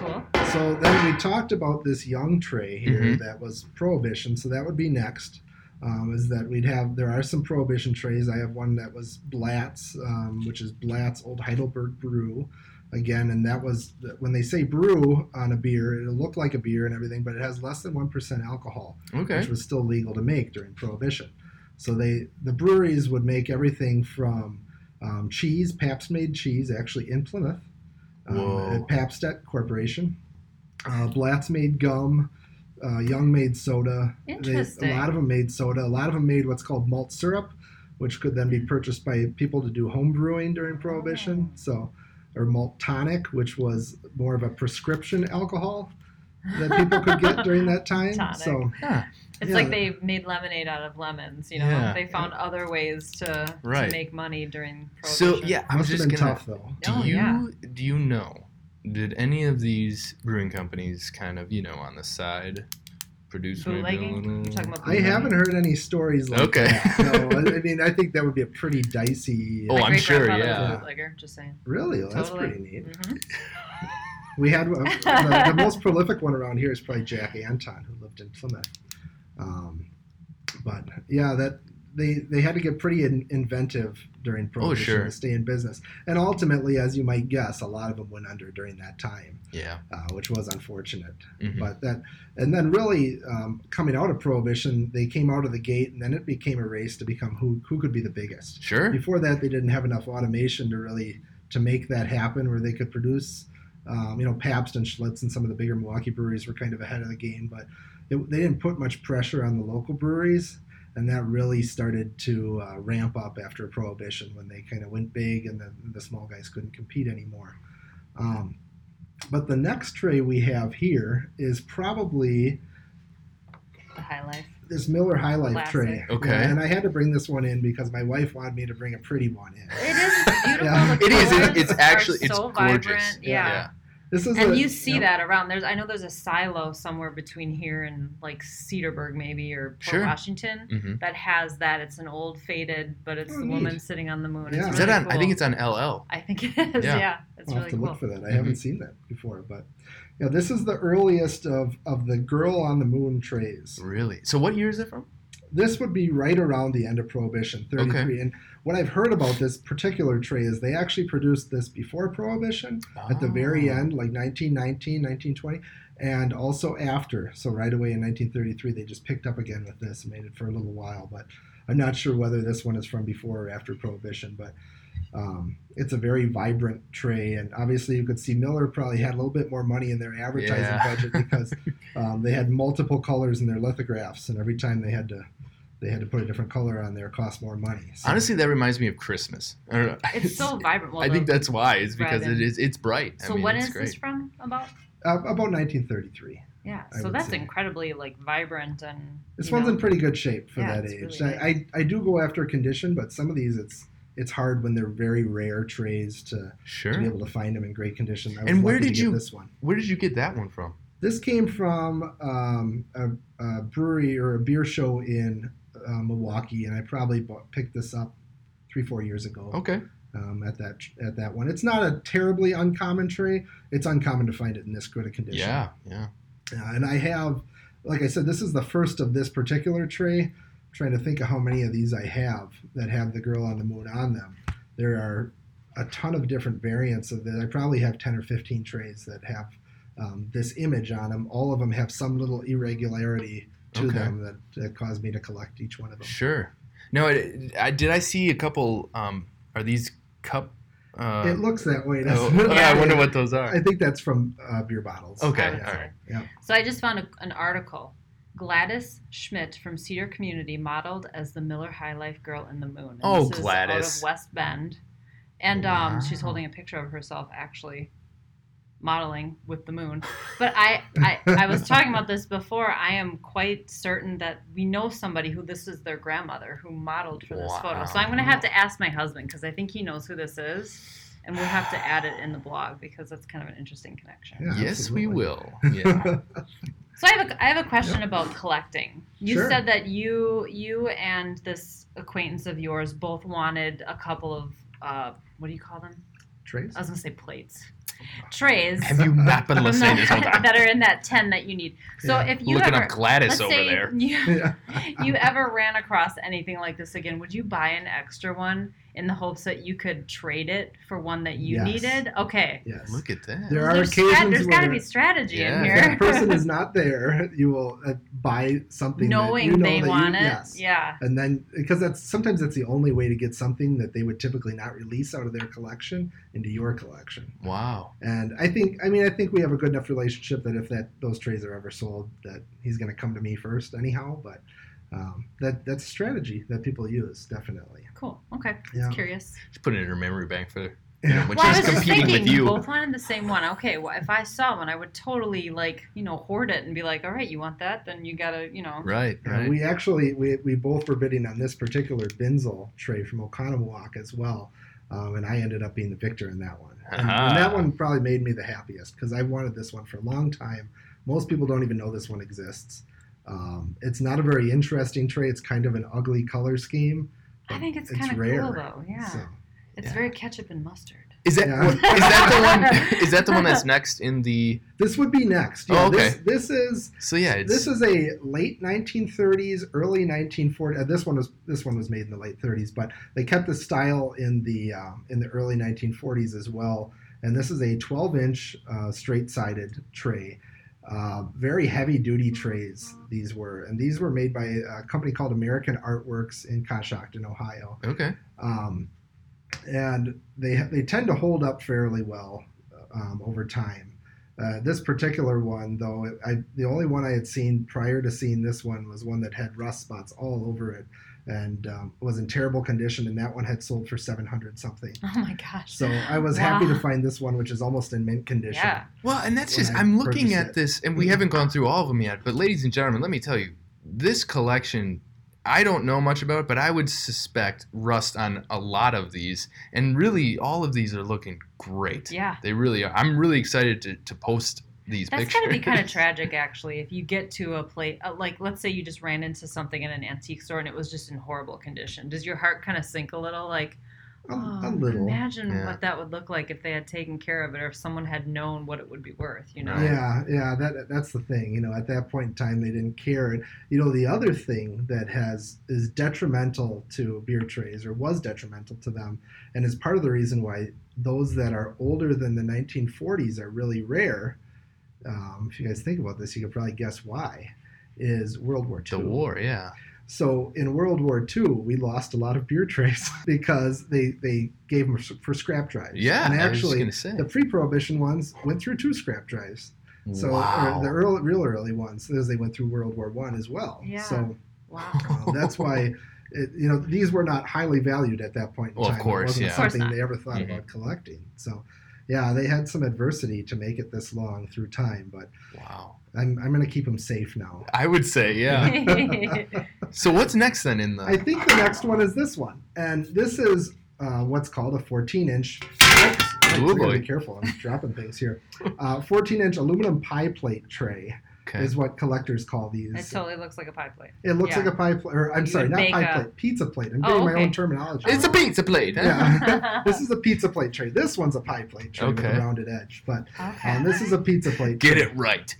Speaker 3: Cool.
Speaker 4: So then we talked about this young tray here
Speaker 1: Mhm.
Speaker 4: that was prohibition. So that would be next. Um, is that we'd have there are some prohibition trays. I have one that was Blatz, um, which is Blatz Old Heidelberg Brew, again, and that was when they say brew on a beer, it'll look like a beer and everything, but it has less than one percent alcohol
Speaker 1: okay.
Speaker 4: which was still legal to make during Prohibition. So they the breweries would make everything from um, cheese. Pabst made cheese actually in Plymouth
Speaker 1: Whoa.
Speaker 4: um, at Pabstet Corporation. Uh, Blatz made gum. Uh, Young made soda. They,
Speaker 3: Interesting.
Speaker 4: a lot of them made soda. A lot of them made what's called malt syrup, which could then be purchased by people to do home brewing during Prohibition.
Speaker 3: Hmm. Oh.
Speaker 4: So, or malt tonic, which was more of a prescription alcohol that people
Speaker 3: [laughs]
Speaker 4: could get during that time.
Speaker 3: Tonic.
Speaker 4: So.
Speaker 1: Yeah.
Speaker 3: It's
Speaker 4: Yeah.
Speaker 3: like they made lemonade out of lemons. You know,
Speaker 1: Yeah.
Speaker 3: they found other ways to,
Speaker 1: Right.
Speaker 3: to make money during.
Speaker 1: So
Speaker 3: Prohibition.
Speaker 1: yeah, I'm
Speaker 4: Must have
Speaker 1: just
Speaker 4: been
Speaker 1: gonna.
Speaker 4: tough though.
Speaker 1: Do
Speaker 3: Oh,
Speaker 1: you
Speaker 3: yeah.
Speaker 1: do you know Did any of these brewing companies kind of, you know, on the side produce maybe a
Speaker 3: Bootlegging?
Speaker 1: little?
Speaker 3: You're talking about
Speaker 4: I haven't heard any stories like
Speaker 1: Mm-hmm. Okay.
Speaker 4: that.
Speaker 1: [laughs]
Speaker 4: No, I- I mean, I think that would be a pretty dicey.
Speaker 1: Oh,
Speaker 3: My
Speaker 1: I'm sure,
Speaker 3: great-grandfather was a
Speaker 1: yeah.
Speaker 3: bootlegger, just saying.
Speaker 4: really? Well, that's
Speaker 3: totally.
Speaker 4: pretty neat. [laughs]
Speaker 3: Mhm.
Speaker 4: We had uh, the, the most prolific one around here is probably Jack Anton, who lived in Plymouth. Um, but yeah, that they they had to get pretty in, inventive during prohibition
Speaker 1: Oh, sure.
Speaker 4: to stay in business, and ultimately, as you might guess, a lot of them went under during that time,
Speaker 1: Yeah.
Speaker 4: uh, which was unfortunate.
Speaker 1: Mhm.
Speaker 4: But that, and then really um, coming out of prohibition, they came out of the gate, and then it became a race to become who who could be the biggest
Speaker 1: Sure.
Speaker 4: [laughs] before that they didn't have enough automation to really to make that happen where they could produce um, you know pabst and schlitz and some of the bigger milwaukee breweries were kind of ahead of the game but it, they didn't put much pressure on the local breweries and that really started to uh, ramp up after prohibition when they kind of went big and the, the small guys couldn't compete anymore um, but the next tray we have here is probably
Speaker 3: The high life.
Speaker 4: this Miller High Life
Speaker 3: Classic.
Speaker 4: tray.
Speaker 1: Okay.
Speaker 4: Yeah, and I had to bring this one in because my wife wanted me to bring a pretty one in.
Speaker 3: It is beautiful.
Speaker 4: Yeah.
Speaker 3: The
Speaker 1: It is, it-
Speaker 3: colors
Speaker 1: it's
Speaker 3: are
Speaker 1: actually-
Speaker 3: so
Speaker 1: it's
Speaker 3: vibrant.
Speaker 1: gorgeous.
Speaker 3: Yeah.
Speaker 4: This is a-
Speaker 3: And you see
Speaker 4: yep.
Speaker 3: that around. There's I know there's a silo somewhere between here and like Cedarburg maybe or Port
Speaker 1: Sure.
Speaker 3: Washington
Speaker 1: Mm-hmm.
Speaker 3: that has that. It's an old faded, but it's
Speaker 4: Oh,
Speaker 3: the woman
Speaker 4: neat.
Speaker 3: sitting on the moon.
Speaker 4: Yeah.
Speaker 3: It's
Speaker 1: Is
Speaker 3: really
Speaker 1: that on? I
Speaker 3: cool.
Speaker 1: think it's on LL.
Speaker 3: I think it is.
Speaker 1: Yeah.
Speaker 3: Yeah, it's
Speaker 4: I'll
Speaker 3: really
Speaker 4: have to
Speaker 3: cool.
Speaker 4: look for that. I haven't seen that before, but yeah, this is the earliest of of the Girl on the Moon trays.
Speaker 1: Really? So what year is it from?
Speaker 4: This would be right around the end of Prohibition,
Speaker 1: Okay.
Speaker 4: 33. And what I've heard about this particular tray is they actually produced this before Prohibition at the very
Speaker 1: Oh.
Speaker 4: end, like 1919, 1920, and also after. So right away in 1933, they just picked up again with this and made it for a little while. But I'm not sure whether this one is from before or after Prohibition, but um, it's a very vibrant tray. And obviously, you could see Miller probably had a little bit more money in their advertising
Speaker 1: Yeah. [laughs]
Speaker 4: budget because um, they had multiple colors in their lithographs, and every time they had to. They had to put a different color on there. It cost more money. So-
Speaker 1: Honestly, that reminds me of Christmas. I don't know.
Speaker 3: It's so
Speaker 4: [laughs]
Speaker 3: vibrant. Well,
Speaker 1: [laughs] I think
Speaker 3: the-
Speaker 1: that's why. It's because
Speaker 3: Robin.
Speaker 1: it is. It's bright. I
Speaker 3: So
Speaker 1: mean,
Speaker 3: when
Speaker 1: it's
Speaker 3: is
Speaker 1: great.
Speaker 3: this from? About
Speaker 4: uh, about 1933.
Speaker 3: yeah.
Speaker 4: I
Speaker 3: So
Speaker 4: would
Speaker 3: that's
Speaker 4: say.
Speaker 3: incredibly like vibrant and
Speaker 4: This
Speaker 3: you
Speaker 4: one's
Speaker 3: know,
Speaker 4: in pretty good shape for
Speaker 3: Yeah,
Speaker 4: that
Speaker 3: it's
Speaker 4: age.
Speaker 3: really
Speaker 4: I, I I do go after condition, but some of these it's it's hard when they're very rare trays to, to be
Speaker 1: Sure.
Speaker 4: able to find them in great condition. I was
Speaker 1: And where
Speaker 4: lucky to
Speaker 1: did
Speaker 4: get
Speaker 1: you-
Speaker 4: this one?
Speaker 1: Where did you get that one from?
Speaker 4: This came from um, a, a brewery or a beer show in uh, Milwaukee, and I probably bought, picked this up three four years ago
Speaker 1: Okay.
Speaker 4: um, at that at that one. It's not a terribly uncommon tray. It's uncommon to find it in this good a condition.
Speaker 1: Yeah. Yeah.
Speaker 4: Uh, and I have, like I said, this is the first of this particular tray. I'm trying to think of how many of these I have that have the girl on the moon on them. There are a ton of different variants of that. I probably have 10 or 15 trays that have um, this image on them. All of them have some little irregularity to
Speaker 1: Okay.
Speaker 4: them that, that caused me to collect each one of them.
Speaker 1: Sure. No, it, I did. I see a couple. Um, are these cup? Uh,
Speaker 4: it looks that way.
Speaker 1: oh,
Speaker 4: doesn't
Speaker 1: [laughs]
Speaker 4: it?
Speaker 1: I wonder what those
Speaker 4: I
Speaker 1: are.
Speaker 4: think that's from uh, beer bottles.
Speaker 1: Okay.
Speaker 3: I would
Speaker 1: all
Speaker 3: say.
Speaker 1: right.
Speaker 4: Yeah.
Speaker 3: So I just found a, an article. Gladys Schmidt from Cedar Community modeled as the Miller High Life girl in the moon. And
Speaker 1: Oh,
Speaker 3: this is Out
Speaker 1: Gladys.
Speaker 3: of West Bend, and um,
Speaker 1: Wow.
Speaker 3: she's holding a picture of herself actually modeling with the moon. But I, I, I
Speaker 1: [laughs]
Speaker 3: was talking about this before. I am quite certain that we know somebody who this is their grandmother who modeled for this photo. So I'm going to have to ask my husband because I think he knows who this is. And we'll have to add it in the blog because that's kind of an interesting connection.
Speaker 4: Yeah,
Speaker 1: yes,
Speaker 4: absolutely.
Speaker 1: we will. Yeah.
Speaker 3: So I have a, I have a question about collecting. You
Speaker 4: Sure.
Speaker 3: said that you you and this acquaintance of yours both wanted a couple of uh, what do you call them?
Speaker 4: [laughs] Trays?
Speaker 3: I was gonna say plates, trays
Speaker 1: Have
Speaker 3: [laughs]
Speaker 1: you not been listening this whole time?
Speaker 3: that are in that ten that you need. So
Speaker 4: Yeah.
Speaker 3: if [laughs] you
Speaker 1: Looking
Speaker 3: ever
Speaker 1: up Gladys
Speaker 3: let's
Speaker 1: over
Speaker 3: say
Speaker 1: there.
Speaker 3: [laughs] You,
Speaker 4: [laughs] Yeah.
Speaker 3: you ever ran across anything like this again, would you buy an extra one in the hopes that you could trade it for one that you
Speaker 4: Yes.
Speaker 3: needed? Okay.
Speaker 4: Yes.
Speaker 1: Look at that.
Speaker 4: There are
Speaker 3: there's strat-
Speaker 4: occasions
Speaker 3: there's got to
Speaker 4: where-
Speaker 3: be strategy
Speaker 1: Yeah.
Speaker 3: in here.
Speaker 4: if
Speaker 3: [laughs]
Speaker 4: that person is not there, you will uh, buy something
Speaker 3: knowing
Speaker 4: that you know
Speaker 3: they
Speaker 4: that you-
Speaker 3: want it.
Speaker 4: yes.
Speaker 3: Yeah.
Speaker 4: And then, because that's sometimes that's the only way to get something that they would typically not release out of their collection into your collection.
Speaker 1: Wow.
Speaker 4: And I think, I mean, I think we have a good enough relationship that if that those trays are ever sold, that he's going to come to me first anyhow. But um, that that's a strategy that people use definitely. [laughs]
Speaker 3: Cool. Okay.
Speaker 4: Yeah.
Speaker 3: Just curious.
Speaker 1: Just put it in her memory bank for
Speaker 4: Yeah.
Speaker 1: when
Speaker 3: well, I
Speaker 1: she's
Speaker 3: was just
Speaker 1: competing
Speaker 3: thinking,
Speaker 1: with you.
Speaker 3: both wanted the same one. Okay. Well, if I saw one, I would totally like you know hoard it and be like, all right, you want that? Then you gotta you know.
Speaker 1: Right.
Speaker 4: Yeah,
Speaker 1: Right.
Speaker 4: we actually we, we both were bidding on this particular Binzel tray from Oconomowoc as well. um, and I ended up being the victor in that one. And,
Speaker 1: Ah.
Speaker 4: and that one probably made me the happiest because I wanted this one for a long time. Most people don't even know this one exists. Um, it's not a very interesting tray. It's kind of an ugly color scheme.
Speaker 3: I think it's
Speaker 4: It's
Speaker 3: kind of
Speaker 4: rare,
Speaker 3: cool though. Yeah,
Speaker 4: So,
Speaker 3: it's
Speaker 1: yeah.
Speaker 3: very ketchup and mustard. [laughs]
Speaker 1: Is that
Speaker 4: Yeah.
Speaker 1: what- is that the one? Is that the one that's next in the?
Speaker 4: this would be next.
Speaker 1: Oh,
Speaker 4: this- this is
Speaker 1: So yeah, it's
Speaker 4: this is a late 1930s, early 1940s. Uh, this one was this one was made in the late 30s, but they kept the style in the um, in the early 1940s as well. And this is a 12-inch uh, straight-sided tray. Uh, very heavy-duty trays these were, and these were made by a company called American Artworks in Coshocton, Ohio
Speaker 1: okay.
Speaker 4: um, and they they tend to hold up fairly well um, over time. Uh, this particular one, though, I, the only one I had seen prior to seeing this one was one that had rust spots all over it and um, was in terrible condition, and that one had sold for seven hundred something.
Speaker 3: Oh my gosh.
Speaker 4: So I was happy
Speaker 3: Wow.
Speaker 4: to find this one, which is almost in mint condition.
Speaker 3: Yeah.
Speaker 1: Well, and that's
Speaker 4: when
Speaker 1: just
Speaker 4: I
Speaker 1: I'm looking
Speaker 4: purchased
Speaker 1: at
Speaker 4: it.
Speaker 1: this, and we haven't gone through all of them yet. But ladies and gentlemen, let me tell you, this collection. I don't know much about it, but I would suspect rust on a lot of these, and really all of these are looking great.
Speaker 3: Yeah.
Speaker 1: They really are. I'm really excited to, to post these
Speaker 3: That's
Speaker 1: pictures.
Speaker 3: gotta be kind of tragic, actually. If you get to a place, uh, like let's say you just ran into something in an antique store and it was just in horrible condition, does your heart kind of sink a little? Like,
Speaker 4: a, a
Speaker 3: oh,
Speaker 4: little.
Speaker 3: Imagine
Speaker 1: Yeah.
Speaker 3: what that would look like if they had taken care of it, or if someone had known what it would be worth. You know?
Speaker 1: Right.
Speaker 4: Yeah, yeah, that that's the thing. You know, at that point in time, they didn't care. And you know, the other thing that has is detrimental to beer trays, or was detrimental to them, and is part of the reason why those that are older than the 1940s are really rare. Um, if you guys think about this, you could probably guess why. Is World War
Speaker 1: [laughs] the
Speaker 4: II.
Speaker 1: war, yeah.
Speaker 4: So in World War II, we lost a lot of beer trays [laughs] because they they gave them for scrap drives.
Speaker 1: Yeah,
Speaker 4: and
Speaker 1: I
Speaker 4: actually.
Speaker 1: was just gonna say.
Speaker 4: the pre-prohibition ones went through two scrap drives. So or
Speaker 1: wow.
Speaker 4: the early, real early ones, those they went through World War One as well.
Speaker 3: Yeah.
Speaker 4: So [laughs]
Speaker 3: Wow.
Speaker 4: uh, that's why, it, you know, these were not highly valued at that point in
Speaker 1: Well, of
Speaker 4: time.
Speaker 1: course,
Speaker 4: it wasn't
Speaker 1: yeah. Of
Speaker 3: course
Speaker 4: something
Speaker 3: not.
Speaker 4: they ever thought
Speaker 1: Mhm.
Speaker 4: about collecting. So, yeah, they had some adversity to make it this long through time, but
Speaker 1: wow.
Speaker 4: I'm I'm gonna keep them safe now.
Speaker 1: I would say,
Speaker 4: [laughs]
Speaker 1: yeah. so what's next then in the?
Speaker 4: I think the next one is this one, and this is uh, what's called a 14-inch. Oops, I
Speaker 1: Oh,
Speaker 4: gotta
Speaker 1: boy.
Speaker 4: be careful.
Speaker 1: [laughs]
Speaker 4: I'm dropping things here. Uh, 14-inch aluminum pie plate tray
Speaker 1: okay.
Speaker 4: is what collectors call
Speaker 3: [laughs]
Speaker 4: these.
Speaker 3: it totally looks like a pie plate.
Speaker 4: It looks
Speaker 3: Yeah.
Speaker 4: like a pie plate, or I'm
Speaker 3: You
Speaker 4: sorry,
Speaker 3: would
Speaker 4: not
Speaker 3: make
Speaker 4: pie
Speaker 3: a-
Speaker 4: plate, pizza plate. I'm
Speaker 3: Oh,
Speaker 4: doing my
Speaker 3: okay.
Speaker 4: own terminology.
Speaker 1: It's a pizza plate. huh?
Speaker 3: [laughs]
Speaker 4: Yeah. this is a pizza plate tray. This one's a pie plate tray with
Speaker 1: Okay.
Speaker 4: a rounded edge, but
Speaker 3: Okay.
Speaker 4: um,
Speaker 3: [laughs]
Speaker 4: this is a pizza plate.
Speaker 1: Get
Speaker 4: tray.
Speaker 1: it right.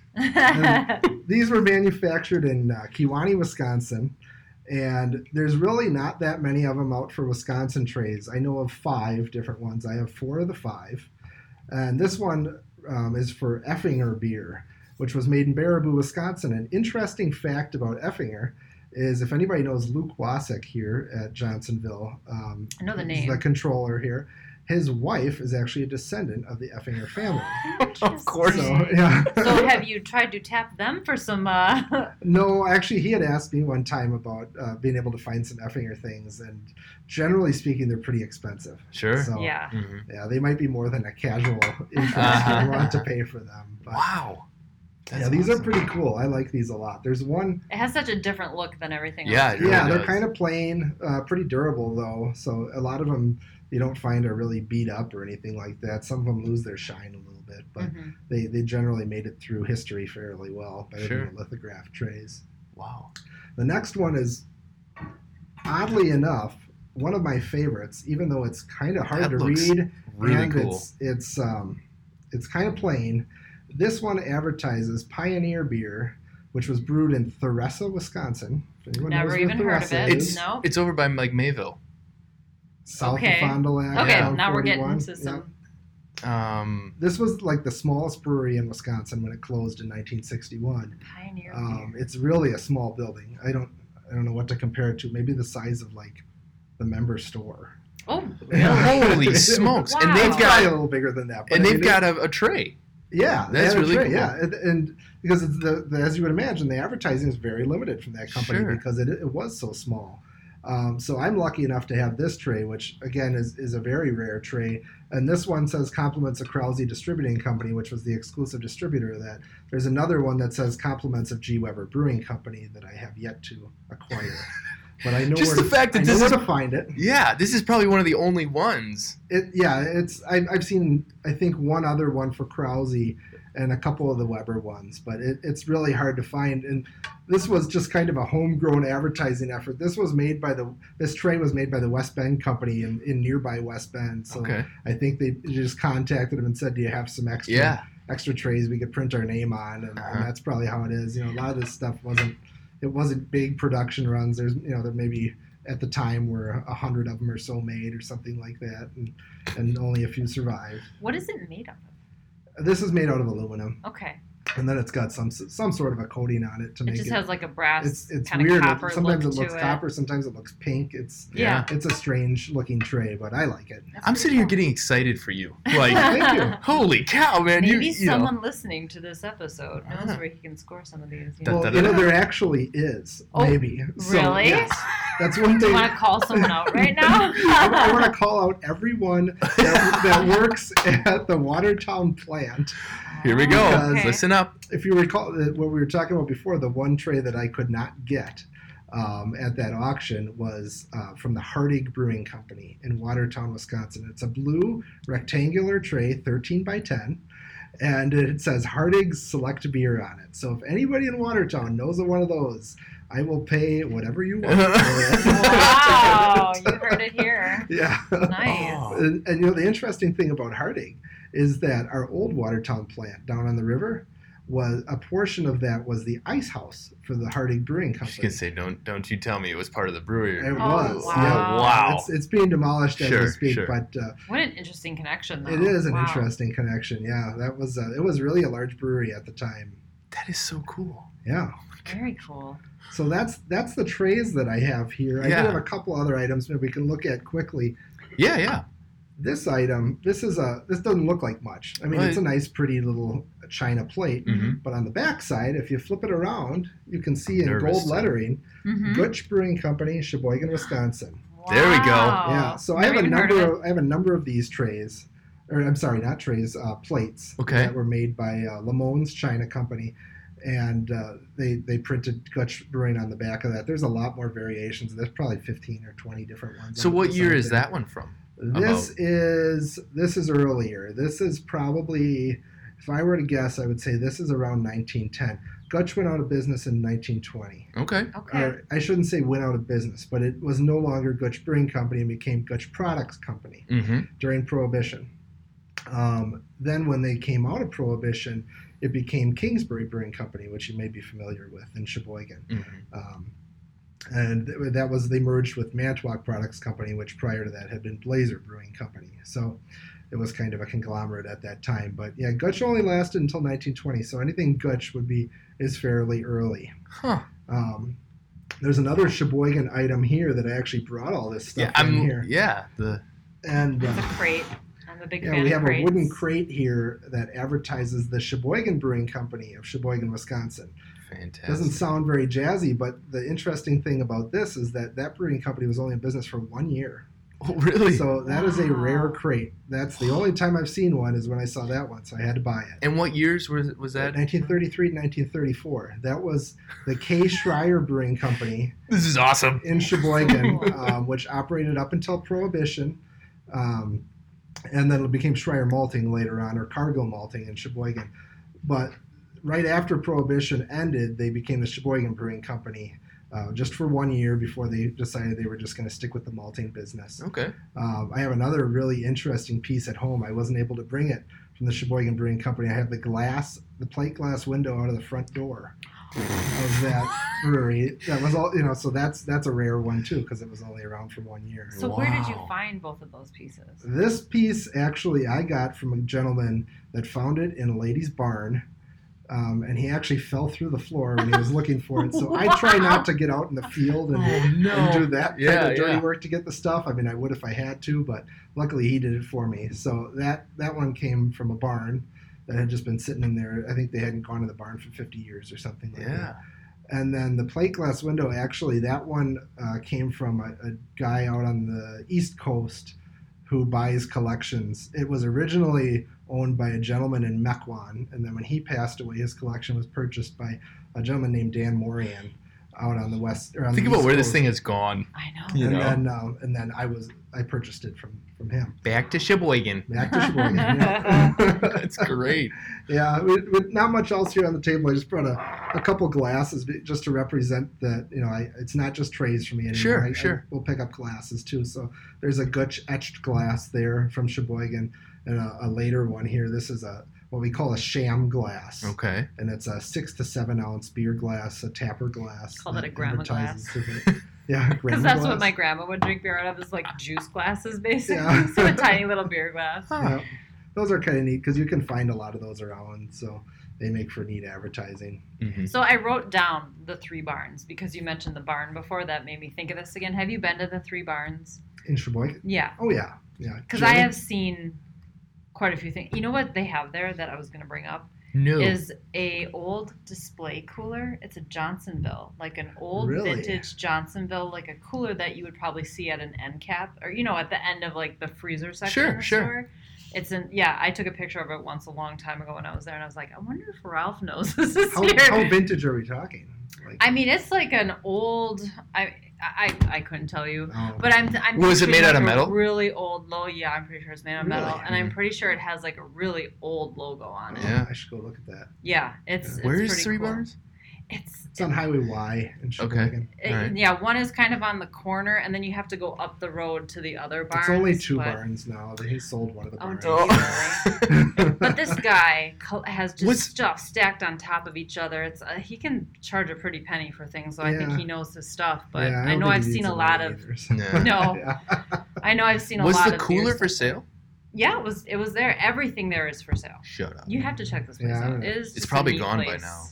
Speaker 4: These were manufactured in uh, Kewanee, Wisconsin, and there's really not that many of them out for Wisconsin trays. I know of five different ones. I have four of the five, and this one um, is for Effinger beer, which was made in Baraboo, Wisconsin. An interesting fact about Effinger is if anybody knows Luke Wasik here at Johnsonville, um,
Speaker 3: I know the
Speaker 4: he's
Speaker 3: name. [laughs]
Speaker 4: the controller here. His wife is actually a descendant of the Effinger family.
Speaker 1: Of course.
Speaker 4: So,
Speaker 3: Interesting.
Speaker 4: [laughs] yeah.
Speaker 3: so have you tried to tap them for some uh
Speaker 4: [laughs] No, actually, he had asked me one time about uh, being able to find some Effinger things, and generally speaking, they're pretty expensive.
Speaker 1: Sure.
Speaker 4: So,
Speaker 3: yeah
Speaker 1: Mhm.
Speaker 4: yeah, they may be more than
Speaker 1: [laughs]
Speaker 4: a casual interest
Speaker 1: Uh-huh.
Speaker 4: you want to pay for them. But
Speaker 1: Wow. That's
Speaker 4: yeah, these
Speaker 1: awesome.
Speaker 4: are pretty cool. I like these a lot. There's one,
Speaker 3: it has such a different look than everything
Speaker 1: Yeah,
Speaker 3: else.
Speaker 1: it really
Speaker 4: yeah, they're
Speaker 1: does.
Speaker 4: kind of plain, uh, pretty durable though. So a lot of them you don't find are really beat up or anything like that. Some of them lose their shine a little bit,
Speaker 1: Hmm.
Speaker 4: but
Speaker 3: Mhm.
Speaker 4: they, they generally made it through history fairly well, better
Speaker 1: Sure.
Speaker 4: than the lithograph trays.
Speaker 1: Wow.
Speaker 4: The next one is, oddly enough, one of my favorites, even though it's kind of hard
Speaker 1: That
Speaker 4: to
Speaker 1: looks
Speaker 4: read
Speaker 1: Really
Speaker 4: and
Speaker 1: cool.
Speaker 4: it's it's um, it's kind of plain. This one advertises Pioneer Beer, which was brewed in Theresa, Wisconsin. If anyone
Speaker 3: Never
Speaker 4: knows where
Speaker 3: even heard of
Speaker 4: Theresa
Speaker 3: it.
Speaker 4: is,
Speaker 1: It's
Speaker 3: No.
Speaker 1: it's over by Mike Mayville.
Speaker 4: South
Speaker 3: Okay.
Speaker 4: of Fond du Lac.
Speaker 3: okay
Speaker 4: Route
Speaker 3: now we're getting
Speaker 4: 41.
Speaker 3: into some
Speaker 4: Yep.
Speaker 1: Um,
Speaker 4: This was like the smallest brewery in Wisconsin when it closed in 1961.
Speaker 3: pioneer
Speaker 4: Um,
Speaker 3: beer.
Speaker 4: it's really a small building. I don't I don't know what to compare it to. Maybe the size of like the member store.
Speaker 3: oh
Speaker 1: [laughs]
Speaker 4: Yeah. [laughs]
Speaker 1: Holy smokes! And they've
Speaker 3: Wow.
Speaker 4: It's probably
Speaker 1: got
Speaker 4: a little bigger than that.
Speaker 1: and
Speaker 4: I
Speaker 1: they've
Speaker 4: mean, it-
Speaker 1: got a, a tray.
Speaker 4: yeah, they
Speaker 1: that's
Speaker 4: had a
Speaker 1: really
Speaker 4: tray,
Speaker 1: cool.
Speaker 4: yeah, and, and because it's the, the as you would imagine, the advertising is very limited from that company
Speaker 1: Sure.
Speaker 4: because it, it was so small. Um, so I'm lucky enough to have this tray, which again is, is a very rare tray. And this one says compliments of Krause Distributing Company, which was the exclusive distributor of that.
Speaker 1: [laughs]
Speaker 4: There's another one that says compliments of G Weber Brewing Company that I have yet to acquire. but I know
Speaker 1: Just
Speaker 4: where
Speaker 1: the
Speaker 4: to,
Speaker 1: fact that
Speaker 4: I know
Speaker 1: this
Speaker 4: where
Speaker 1: is-
Speaker 4: to find it.
Speaker 1: Yeah, this is probably one of the only ones.
Speaker 4: It yeah, it's I, I've seen I think one other one for Krause and a couple of the Weber ones, but it, it's really hard to find. And this was just kind of a homegrown advertising effort. This was made by the this train was made by the West Bend company in, in nearby West Bend. So
Speaker 1: Okay.
Speaker 4: I think they just contacted them and said, "Do you have some extra
Speaker 1: Yeah.
Speaker 4: extra trays we could print our name on?" And,
Speaker 1: Uh-huh.
Speaker 4: and that's probably how it is. You know, a lot of this stuff wasn't it wasn't big production runs. There's you know there maybe at the time were a hundred of them or so made or something like that, and and only a few survived.
Speaker 3: What is it made of?
Speaker 4: This is made out of aluminum,
Speaker 3: Okay.
Speaker 4: and then it's got some some sort of a coating on it to
Speaker 3: It
Speaker 4: make
Speaker 3: just
Speaker 4: it.
Speaker 3: has like a brass
Speaker 4: it's it's
Speaker 3: kind
Speaker 4: weird.
Speaker 3: of copper
Speaker 4: sometimes
Speaker 3: look
Speaker 4: it looks
Speaker 3: to
Speaker 4: copper, sometimes it looks pink. It's
Speaker 3: Yeah.
Speaker 4: it's a strange looking tray, but I like it.
Speaker 3: It. That's
Speaker 1: I'm
Speaker 3: pretty
Speaker 1: sitting here
Speaker 3: cool.
Speaker 1: getting excited for you.
Speaker 3: [laughs]
Speaker 1: Like,
Speaker 4: [laughs] Thank you.
Speaker 1: holy cow, man! you-
Speaker 3: Maybe
Speaker 1: you, know.
Speaker 3: someone listening to this episode knows
Speaker 1: Uh-huh.
Speaker 3: where he can score some of these. You
Speaker 1: Dun,
Speaker 3: know?
Speaker 4: Well,
Speaker 1: dun,
Speaker 4: you know
Speaker 1: dun.
Speaker 4: there actually is
Speaker 3: Oh,
Speaker 4: maybe. So,
Speaker 3: really?
Speaker 4: yes. That's
Speaker 3: [laughs]
Speaker 4: one
Speaker 3: Do
Speaker 4: thing.
Speaker 3: you want to call someone out right
Speaker 4: [laughs]
Speaker 3: now?
Speaker 4: I, want to call out everyone that,
Speaker 3: [laughs]
Speaker 4: that works at the Watertown plant.
Speaker 1: [laughs] Here we go.
Speaker 4: Because-
Speaker 3: Okay.
Speaker 1: Listen up.
Speaker 4: If you recall uh, what we were talking about before, the one tray that I could not get um, at that auction was uh, from the Hardig Brewing Company in Watertown, Wisconsin. It's a blue rectangular tray, 13 by 10. And it says Hardig's Select Beer on it. So if anybody in Watertown knows of one of those, I will pay whatever you want. for
Speaker 3: [laughs]
Speaker 4: it.
Speaker 3: Wow, you heard it
Speaker 4: [laughs]
Speaker 3: here.
Speaker 4: Yeah.
Speaker 3: Nice.
Speaker 1: Oh.
Speaker 4: And, and you know the interesting thing about Harding is that our old Watertown plant down on the river was a portion of that was the ice house for the Harding Brewing
Speaker 1: I was
Speaker 4: Company.
Speaker 1: gonna say, don't don't you tell me it was part of the brewery.
Speaker 4: It
Speaker 1: Oh,
Speaker 4: was,
Speaker 3: wow.
Speaker 4: yeah.
Speaker 1: wow.
Speaker 4: It's, it's being demolished as
Speaker 1: Sure,
Speaker 4: we speak,
Speaker 1: sure.
Speaker 4: but uh,
Speaker 3: What an interesting connection, though.
Speaker 4: it is an
Speaker 3: Wow.
Speaker 4: interesting connection. Yeah, that was uh, it was really a large brewery at the time.
Speaker 1: that is so cool.
Speaker 4: Yeah,
Speaker 3: Very cool.
Speaker 4: so that's that's the trays that I have here. I
Speaker 1: Yeah.
Speaker 4: do have a couple other items maybe we can look at quickly.
Speaker 1: Yeah, yeah.
Speaker 4: This item, this is a this doesn't look like much. I mean,
Speaker 1: Right. Mm-hmm.
Speaker 4: it's a nice, pretty little china plate. But on the back side, if you flip it around, you can see in
Speaker 1: Nervous.
Speaker 4: gold lettering,
Speaker 3: Mhm.
Speaker 4: Gutch Brewing Company, Sheboygan, Wisconsin.
Speaker 1: There we go.
Speaker 3: Wow.
Speaker 4: yeah. So I
Speaker 3: Never
Speaker 4: have a
Speaker 3: even heard of
Speaker 4: number.
Speaker 3: it.
Speaker 4: Of, I have a number of these trays, or I'm sorry, not trays, uh, plates
Speaker 1: Okay.
Speaker 4: that were made by uh, Lamone's China Company, and uh, they they printed Gutch Brewing on the back of that. There's a lot more variations. There's probably 15 or 20 different ones.
Speaker 1: So
Speaker 4: on
Speaker 1: what
Speaker 4: this
Speaker 1: year
Speaker 4: out
Speaker 1: is
Speaker 4: there.
Speaker 1: that one from?
Speaker 4: This is this is earlier. This is probably, if I were to guess, I would say this is around 1910. Gutch went out of business in 1920.
Speaker 1: Okay.
Speaker 3: Okay.
Speaker 4: Or I shouldn't say went out of business, but it was no longer Gutch Brewing Company and became Gutch Products Company
Speaker 1: Mm-hmm.
Speaker 4: during Prohibition. Um, then, when they came out of Prohibition, it became Kingsbury Brewing Company, which you may be familiar with in Sheboygan. Um, and th- that was they merged with Mantua Products Company, which prior to that had been Blazer Brewing Company. So it was kind of a conglomerate at that time. But yeah, Gutch only lasted until 1920, so anything Gutch would be is fairly early.
Speaker 1: Huh.
Speaker 4: Um, there's another Sheboygan item here that I actually brought all this
Speaker 1: Yeah,
Speaker 4: stuff in
Speaker 1: I'm.
Speaker 4: here,
Speaker 1: Yeah, the
Speaker 4: and
Speaker 3: It's a
Speaker 4: uh,
Speaker 3: crate. I'm a big
Speaker 4: yeah,
Speaker 3: fan
Speaker 4: we
Speaker 3: of
Speaker 4: have
Speaker 3: crates.
Speaker 4: a wooden crate here that advertises the Sheboygan Brewing Company of Sheboygan, Wisconsin.
Speaker 1: fantastic. [laughs]
Speaker 4: Doesn't sound very jazzy, but the interesting thing about this is that that brewing company was only in business for one year.
Speaker 1: Oh, really?
Speaker 4: So that is a
Speaker 3: Wow.
Speaker 4: rare crate. That's the only time I've seen one is when I saw that one, so I had to buy it.
Speaker 1: and what years was was that?
Speaker 4: 1933 to 1934. That was the K. Schreier Brewing Company
Speaker 1: This is awesome.
Speaker 4: in Sheboygan, um, which operated up until Prohibition, um, and then it became Schreier Malting later on, or Cargo Malting in Sheboygan. But right after Prohibition ended, they became the Sheboygan Brewing Company uh, just for one year before they decided they were just going to stick with the malting business.
Speaker 1: Okay.
Speaker 4: Um, I have another really interesting piece at home. I wasn't able to bring it from the Sheboygan Brewing Company. I have the glass, the plate glass window out of the front door of that brewery. That was all, you know. So that's that's a rare one too because it was only around for one year.
Speaker 3: So where did you
Speaker 1: Wow.
Speaker 3: find both of those pieces?
Speaker 4: This piece actually I got from a gentleman that found it in a lady's barn. Um, and he actually fell through the floor when he was looking for it. So I
Speaker 1: [laughs]
Speaker 4: try not to get out in the field
Speaker 3: Oh,
Speaker 4: and and do that
Speaker 1: Yeah,
Speaker 4: kind of dirty
Speaker 1: yeah.
Speaker 4: work to get the stuff. I mean, I would if I had to, but luckily he did it for me. So that that one came from a barn that had just been sitting in there. I think they hadn't gone to the barn for 50 years or something like
Speaker 1: Yeah.
Speaker 4: that. And then the plate glass window, actually, that one uh, came from a, a guy out on the East Coast who buys collections. It was originally owned by a gentleman in Mequon, and then when he passed away, his collection was purchased by a gentleman named Dan Morian. out on the west. Or on
Speaker 1: Think
Speaker 4: the
Speaker 1: about
Speaker 4: East
Speaker 1: where this
Speaker 4: Coast.
Speaker 1: thing has gone.
Speaker 3: I know.
Speaker 2: You
Speaker 4: and
Speaker 2: know.
Speaker 4: then um, and then I was I purchased it from from him
Speaker 1: Back to Sheboygan.
Speaker 4: [laughs] back to Sheboygan. yeah.
Speaker 1: [laughs] That's great.
Speaker 4: Yeah, with, with not much else here on the table, I just brought a, a couple glasses be- just to represent that you know I, it's not just trays for me anymore.
Speaker 1: Sure,
Speaker 4: I- I
Speaker 1: sure.
Speaker 4: will pick up glasses too. So there's a Gutch etched glass there from Sheboygan, and a, a later one here. This is a what we call a sham glass,
Speaker 1: Okay.
Speaker 4: and it's a six to seven ounce beer glass, a tapper glass.
Speaker 3: Call that a
Speaker 4: that
Speaker 3: grandma
Speaker 4: advertises
Speaker 1: [laughs]
Speaker 4: different- yeah, grandma
Speaker 3: [laughs] Because that's
Speaker 4: glass.
Speaker 3: what my grandma would drink beer out of is like juice glasses, basically.
Speaker 4: [laughs] Yeah.
Speaker 3: so a tiny little beer glass.
Speaker 4: Yeah. Those are kind of neat because you can find a lot of those around, so they make for neat advertising.
Speaker 1: Mhm.
Speaker 3: So I wrote down the three barns because you mentioned the barn before. That made me think of this again. Have you been to the three barns?
Speaker 4: In Sheboygan?
Speaker 3: Yeah,
Speaker 4: Oh yeah, yeah.
Speaker 3: because I
Speaker 4: Jerry?
Speaker 3: have seen quite a few things. You know what they have there that I was going to bring up
Speaker 1: No.
Speaker 3: is a old display cooler. It's a Johnsonville, like an old
Speaker 4: Really?
Speaker 3: vintage Johnsonville, like a cooler that you would probably see at an end cap or you know at the end of like the freezer section.
Speaker 1: Sure,
Speaker 3: in the
Speaker 1: sure.
Speaker 3: Store. It's an yeah. I took a picture of it once a long time ago when I was there, and I was like, I wonder if Ralph knows [laughs] this is
Speaker 4: How,
Speaker 3: here.
Speaker 4: how vintage are we talking? Like,
Speaker 3: I mean, it's like an old. I I, I couldn't tell you,
Speaker 4: oh,
Speaker 3: but I'm. I'm
Speaker 1: Was it
Speaker 3: picturing
Speaker 1: made out of
Speaker 3: like a
Speaker 1: metal? Mm.
Speaker 3: Really old logo. Yeah, I'm pretty sure it's made out of metal,
Speaker 4: Really?
Speaker 3: and I'm pretty sure it has like a really old logo on it.
Speaker 4: oh,
Speaker 3: Yeah,
Speaker 1: Yeah.
Speaker 4: I should go look at that.
Speaker 3: it's. it's
Speaker 1: Where's
Speaker 3: pretty
Speaker 1: Three
Speaker 3: cool.
Speaker 1: Bars?
Speaker 3: It's.
Speaker 4: It's on Highway Y in Sheboygan.
Speaker 3: it-
Speaker 1: Alright.
Speaker 3: Yeah, one is kind of on the corner, and then you have to go up the road to the other barn.
Speaker 4: It's only two barns [laughs] now. They sold one of the
Speaker 3: Oh,
Speaker 4: barns. [laughs]
Speaker 3: did But this guy co- has just
Speaker 1: What's-
Speaker 3: stuff stacked on top of each other. It's uh, he can charge a pretty penny for things, so I think
Speaker 4: Yeah.
Speaker 3: he knows his stuff. But
Speaker 4: Yeah,
Speaker 3: I,
Speaker 4: don't
Speaker 3: know
Speaker 4: think
Speaker 3: I've
Speaker 4: he
Speaker 3: seen
Speaker 4: needs
Speaker 3: a lot of
Speaker 4: either, so-
Speaker 1: No.
Speaker 3: No.
Speaker 4: [laughs] Yeah.
Speaker 3: [laughs] I know I've seen
Speaker 1: [laughs]
Speaker 3: a
Speaker 1: Was
Speaker 3: lot
Speaker 1: the
Speaker 3: of
Speaker 1: cooler
Speaker 3: beers.
Speaker 1: for sale?
Speaker 3: Yeah, it was it was there. Everything there is for sale.
Speaker 1: Shut up.
Speaker 3: You have to check this place
Speaker 4: Yeah, I
Speaker 3: out.
Speaker 4: don't
Speaker 3: It is just a
Speaker 1: probably
Speaker 3: neat
Speaker 1: gone by
Speaker 3: place.
Speaker 1: now.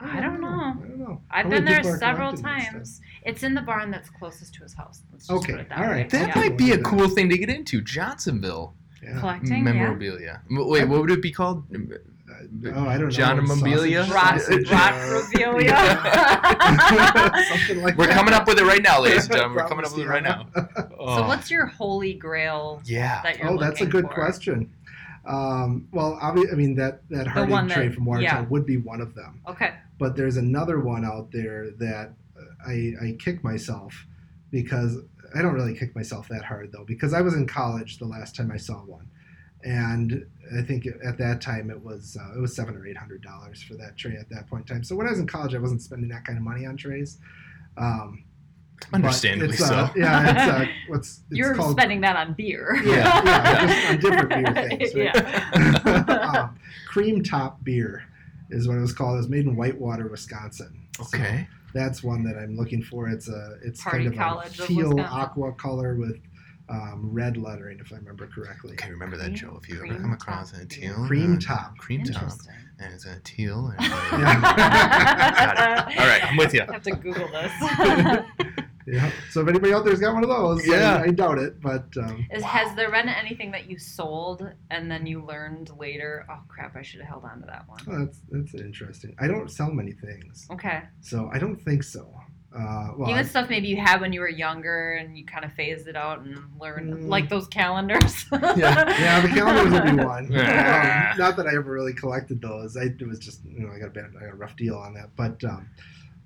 Speaker 3: I don't know.
Speaker 4: I don't know.
Speaker 3: I've
Speaker 4: How
Speaker 3: been
Speaker 4: many
Speaker 3: there
Speaker 4: people are
Speaker 3: several
Speaker 4: collecting this
Speaker 3: times.
Speaker 4: stuff?
Speaker 3: It's in the barn that's closest to his house. Let's just
Speaker 4: Okay,
Speaker 3: put it that
Speaker 4: all
Speaker 3: way.
Speaker 4: right.
Speaker 1: That
Speaker 3: Yeah.
Speaker 1: might be a cool thing to get into. Johnsonville
Speaker 4: Yeah.
Speaker 3: collecting. Yeah.
Speaker 1: memorabilia. M- Wait, what would it be called?
Speaker 4: Oh, I don't know.
Speaker 1: John Memorabilia?
Speaker 3: Rot,
Speaker 4: [laughs]
Speaker 1: Sausage,
Speaker 3: rot
Speaker 4: uh,
Speaker 3: revealia.
Speaker 4: [laughs]
Speaker 3: [laughs]
Speaker 4: Something like
Speaker 1: We're
Speaker 4: that.
Speaker 1: coming up with it right now, ladies and gentlemen. We're coming
Speaker 4: Probably
Speaker 1: up with it right [laughs] now. Oh.
Speaker 3: so, what's your holy grail
Speaker 1: Yeah.
Speaker 3: that you're
Speaker 4: Oh, that's a
Speaker 3: looking
Speaker 4: good
Speaker 3: for?
Speaker 4: question. Um, well, obvi- I mean that
Speaker 3: one
Speaker 4: that Harding
Speaker 3: that-
Speaker 4: tray from Watertown
Speaker 3: yeah.
Speaker 4: would be one of them.
Speaker 3: Okay.
Speaker 4: but there's another one out there that uh, I, I kick myself because I don't really kick myself that hard though because I was in college the last time I saw one, and I think at that time it was uh, it was seven or eight hundred dollars for that tray at that point in time. So when I was in college, I wasn't spending that kind of money on trays. Um, but
Speaker 1: Understandably
Speaker 4: it's,
Speaker 1: so.
Speaker 4: uh, yeah, it's
Speaker 1: [laughs]
Speaker 4: uh, what's it's
Speaker 3: You're
Speaker 4: called.
Speaker 3: spending that on beer.
Speaker 4: Yeah, yeah,
Speaker 3: [laughs]
Speaker 4: just on different beer things, right?
Speaker 3: Yeah.
Speaker 4: [laughs]
Speaker 3: [laughs]
Speaker 4: um, cream top beer is what it was called. It was made in Whitewater, Wisconsin. So-
Speaker 1: okay.
Speaker 4: that's one that I'm looking for. It's a it's
Speaker 3: Party
Speaker 4: kind of
Speaker 3: College
Speaker 4: a
Speaker 3: of
Speaker 4: teal
Speaker 3: Wisconsin.
Speaker 4: aqua color with um, red lettering, if I remember correctly.
Speaker 1: Okay, remember that,
Speaker 3: Cream-
Speaker 1: Joe. If you ever
Speaker 3: cream
Speaker 1: come across
Speaker 3: top
Speaker 1: a
Speaker 3: beer.
Speaker 1: teal,
Speaker 4: Cream
Speaker 1: uh,
Speaker 4: top.
Speaker 1: cream top,
Speaker 3: Interesting.
Speaker 1: and it's a teal. [laughs] And
Speaker 4: Yeah.
Speaker 1: Got All right, I'm with you.
Speaker 3: I have to Google
Speaker 4: [laughs]
Speaker 3: this.
Speaker 4: Yeah. So if anybody out there's got one of those,
Speaker 1: Yeah.
Speaker 4: I, I doubt it, but um,
Speaker 3: Is, Has there been anything that you sold and then you learned later? Oh crap! I should have held on to that one.
Speaker 4: well, that's that's interesting. I don't sell many things,
Speaker 3: Okay.
Speaker 4: so I don't think so. Uh, well,
Speaker 3: Even
Speaker 4: I-
Speaker 3: stuff maybe you had when you were younger and you kind of phased it out and learned,
Speaker 4: Mm.
Speaker 3: like those calendars. yeah.
Speaker 4: yeah, the
Speaker 3: [laughs]
Speaker 4: calendars would be
Speaker 1: [laughs]
Speaker 4: one.
Speaker 1: Yeah.
Speaker 4: Um, not that I ever really collected those. I it was just you know I got a bad, I got a rough deal on that, but um,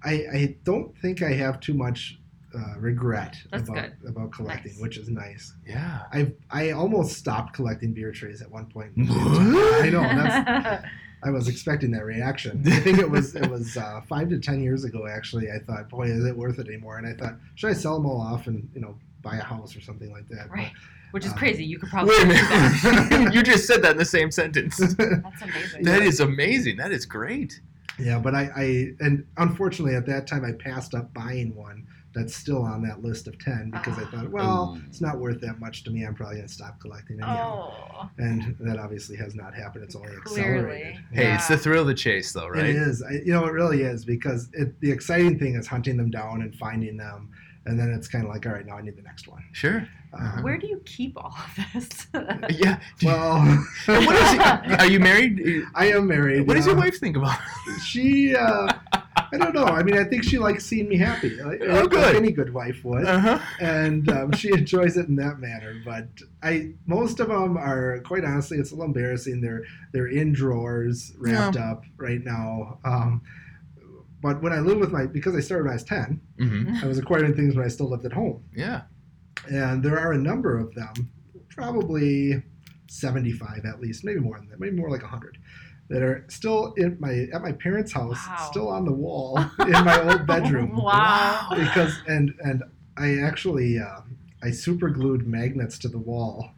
Speaker 4: I I don't think I have too much uh, regret
Speaker 3: That's
Speaker 4: about about collecting,
Speaker 3: Nice.
Speaker 4: which is nice.
Speaker 1: yeah.
Speaker 4: I I almost stopped collecting beer trays at one point.
Speaker 1: What?
Speaker 4: I know that's I was expecting that reaction. I think it was it was uh, five to ten years ago actually. I thought, boy, is it worth it anymore? And I thought, should I sell them all off and you know buy a house or something like that?
Speaker 3: [laughs]
Speaker 4: But-
Speaker 3: right. Which is
Speaker 4: Um,
Speaker 3: crazy. You could probably
Speaker 1: Wait a
Speaker 3: do that.
Speaker 1: minute. you just said that in the same sentence.
Speaker 3: [laughs] That's amazing.
Speaker 1: That is amazing. That is great.
Speaker 4: Yeah, but I, I and unfortunately at that time I passed up buying one that's still on that list of ten because I thought, well,
Speaker 1: Oh.
Speaker 4: it's not worth that much to me. I'm probably gonna stop collecting anyhow.
Speaker 3: Oh,
Speaker 4: And that obviously has not happened. It's only accelerated.
Speaker 3: clearly.
Speaker 1: Hey, it's the thrill of the chase, though,
Speaker 4: It
Speaker 1: right?
Speaker 4: is. I, you know, it really is because it, the exciting thing is hunting them down and finding them, and then it's kind of like, all right, now I need the next one.
Speaker 1: Sure.
Speaker 4: Um,
Speaker 3: Where do you keep all of this? [laughs]
Speaker 1: Yeah.
Speaker 4: well, [laughs]
Speaker 1: And what is it? [laughs] Are you married?
Speaker 4: I am married.
Speaker 1: What does your
Speaker 4: now.
Speaker 1: wife think about?
Speaker 4: She, uh, I don't know. I mean, I think she likes seeing me happy, like,
Speaker 1: Oh,
Speaker 4: like
Speaker 1: good.
Speaker 4: any good wife would.
Speaker 1: Uh huh.
Speaker 4: and um, she [laughs] enjoys it in that manner. But I, most of them are quite honestly, it's a little embarrassing. They're they're in drawers, wrapped up right now. Um, But when I lived with my, because I started when I was 10,
Speaker 1: Mm-hmm.
Speaker 4: I was acquiring things when I still lived at home.
Speaker 1: Yeah.
Speaker 4: And there are a number of them, probably 75 at least, maybe more than that, maybe more like 100, that are still in my at my parents' house,
Speaker 3: Wow.
Speaker 4: still on the wall in
Speaker 3: [laughs]
Speaker 4: my old bedroom.
Speaker 3: Wow. Oh,
Speaker 4: Because and and I actually uh, I super glued magnets to the wall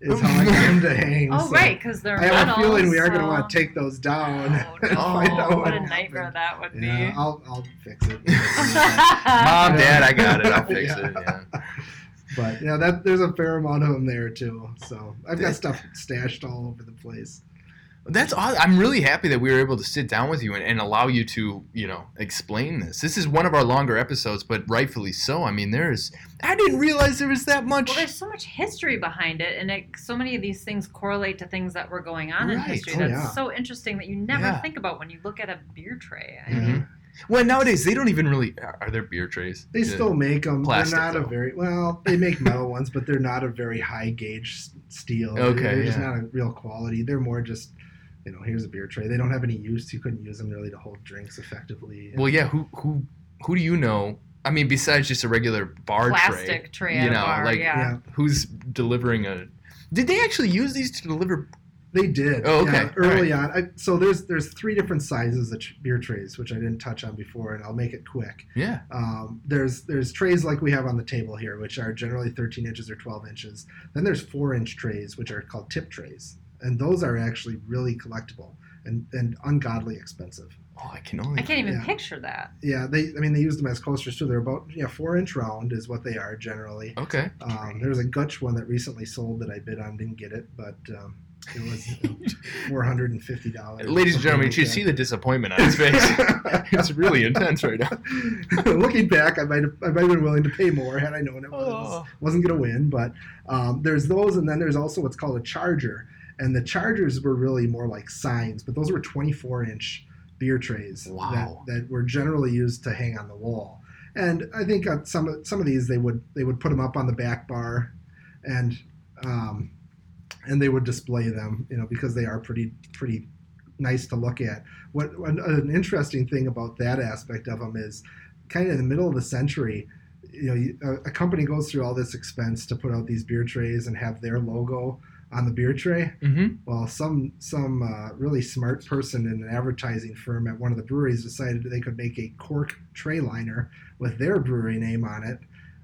Speaker 4: is how I got them to hang.
Speaker 3: Oh,
Speaker 4: so
Speaker 3: right, because they're
Speaker 4: I have a
Speaker 3: metals,
Speaker 4: feeling we are
Speaker 3: so...
Speaker 4: going to want to take those down. [laughs]
Speaker 3: Oh,
Speaker 4: and find
Speaker 3: no.
Speaker 4: out
Speaker 3: what a
Speaker 4: happened.
Speaker 3: nightmare that would
Speaker 4: Yeah,
Speaker 3: [laughs]
Speaker 4: Oh, I'll, I'll fix it.
Speaker 3: be.
Speaker 4: Yeah.
Speaker 1: Mom, Dad, I got it. [laughs] I'll fix
Speaker 4: Yeah.
Speaker 1: it. Yeah.
Speaker 4: but yeah, that there's a fair amount of them there too. So I've got stuff stashed all over the place.
Speaker 1: That's awesome. I'm really happy that we were able to sit down with you and, and allow you to, you know, explain this. This is one of our longer episodes, but rightfully so. I mean, there is. I didn't realize there was that much.
Speaker 3: Well, there's so much history behind it, and it, so many of these things correlate to things that were going on in
Speaker 1: Right.
Speaker 3: history.
Speaker 4: Oh,
Speaker 3: That's
Speaker 4: yeah.
Speaker 3: so interesting that you never
Speaker 1: Yeah.
Speaker 3: think about when you look at a beer tray.
Speaker 4: Mm.
Speaker 3: I mean,
Speaker 1: Mhm. Well, nowadays they don't even really. Are are there beer trays?
Speaker 4: They
Speaker 1: Yeah.
Speaker 4: still make them.
Speaker 1: Plastic,
Speaker 4: they're not
Speaker 1: though.
Speaker 4: a very well.
Speaker 1: [laughs]
Speaker 4: They make metal ones, but they're not a very high gauge s- steel. They're-
Speaker 1: Okay,
Speaker 4: they're, just
Speaker 1: yeah.
Speaker 4: not a real quality. They're more just, you know, here's a beer tray. They don't have any use. You couldn't use them really to hold drinks effectively.
Speaker 1: Well, yeah. Who who who do you know? I mean, besides just a regular bar tray,
Speaker 3: plastic tray,
Speaker 1: you
Speaker 3: at a
Speaker 1: know,
Speaker 3: bar,
Speaker 1: like-
Speaker 3: yeah.
Speaker 1: who's delivering a? Did they actually use these to deliver?
Speaker 4: They did.
Speaker 1: Oh, okay.
Speaker 4: Yeah, early on, I, so there's there's three different sizes of tr- beer trays, which I didn't touch on before, and I'll make it quick.
Speaker 1: Yeah.
Speaker 4: Um, there's there's trays like we have on the table here, which are generally 13 inches or 12 inches. Then there's four inch trays, which are called tip trays, and those are actually really collectible and and ungodly expensive.
Speaker 1: Oh, I can only.
Speaker 3: I can't even
Speaker 4: Yeah.
Speaker 3: picture that.
Speaker 4: Yeah, they I mean they use them as coasters too. They're about yeah four inch round is what they are generally. [laughs]
Speaker 1: Okay.
Speaker 4: Um, there was a Gutch one that recently sold that I bid on, didn't get it, but um, it was
Speaker 1: [laughs]
Speaker 4: um, $450.
Speaker 1: Ladies and gentlemen, you should see
Speaker 4: Something
Speaker 1: the disappointment on his
Speaker 4: [laughs]
Speaker 1: face. [laughs]
Speaker 4: like
Speaker 1: it's really intense right
Speaker 4: [laughs]
Speaker 1: now.
Speaker 4: that. Looking back, I might have I might have been willing to pay more had I known it was,
Speaker 1: Oh.
Speaker 4: wasn't going to win. But um, there's those, and then there's also what's called a charger, and the chargers were really more like signs, but those were 24 inch beer trays
Speaker 1: Wow.
Speaker 4: that, that were generally used to hang on the wall. And I think on some of- some of these they would they would put them up on the back bar, and um, and they would display them, you know, because they are pretty pretty nice to look at. What an, an interesting thing about that aspect of them is, kind of in the middle of the century, you know, you, a, a company goes through all this expense to put out these beer trays and have their logo on the beer tray.
Speaker 1: Mm-hmm. [laughs]
Speaker 4: Well, some some uh, really smart person in an advertising firm at one of the breweries decided they could make a cork tray liner with their brewery name on it,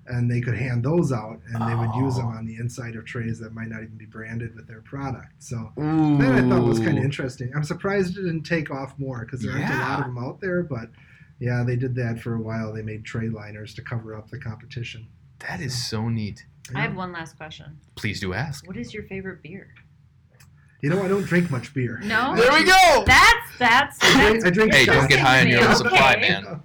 Speaker 4: and they could hand those out, and they would use them
Speaker 1: Oh.
Speaker 4: on the inside of trays that might not even be branded with their product. So
Speaker 1: Mm-hmm. Ooh.
Speaker 4: that I thought was kind of interesting. I'm surprised it didn't take off more because there aren't a lot
Speaker 1: Yeah.
Speaker 4: of them out there, but. Yeah, they did that for a while. They made tray liners to cover up the competition.
Speaker 1: That is so neat.
Speaker 3: I have one last question.
Speaker 1: Please do ask.
Speaker 3: What is your favorite beer?
Speaker 4: You know, I don't drink much beer. [laughs]
Speaker 3: No?
Speaker 1: There we go.
Speaker 3: That's that's,
Speaker 4: Oh. I drink,
Speaker 3: that's
Speaker 4: I drink
Speaker 1: Hey, don't
Speaker 4: shots.
Speaker 1: get high on your own
Speaker 3: Okay.
Speaker 1: supply, man.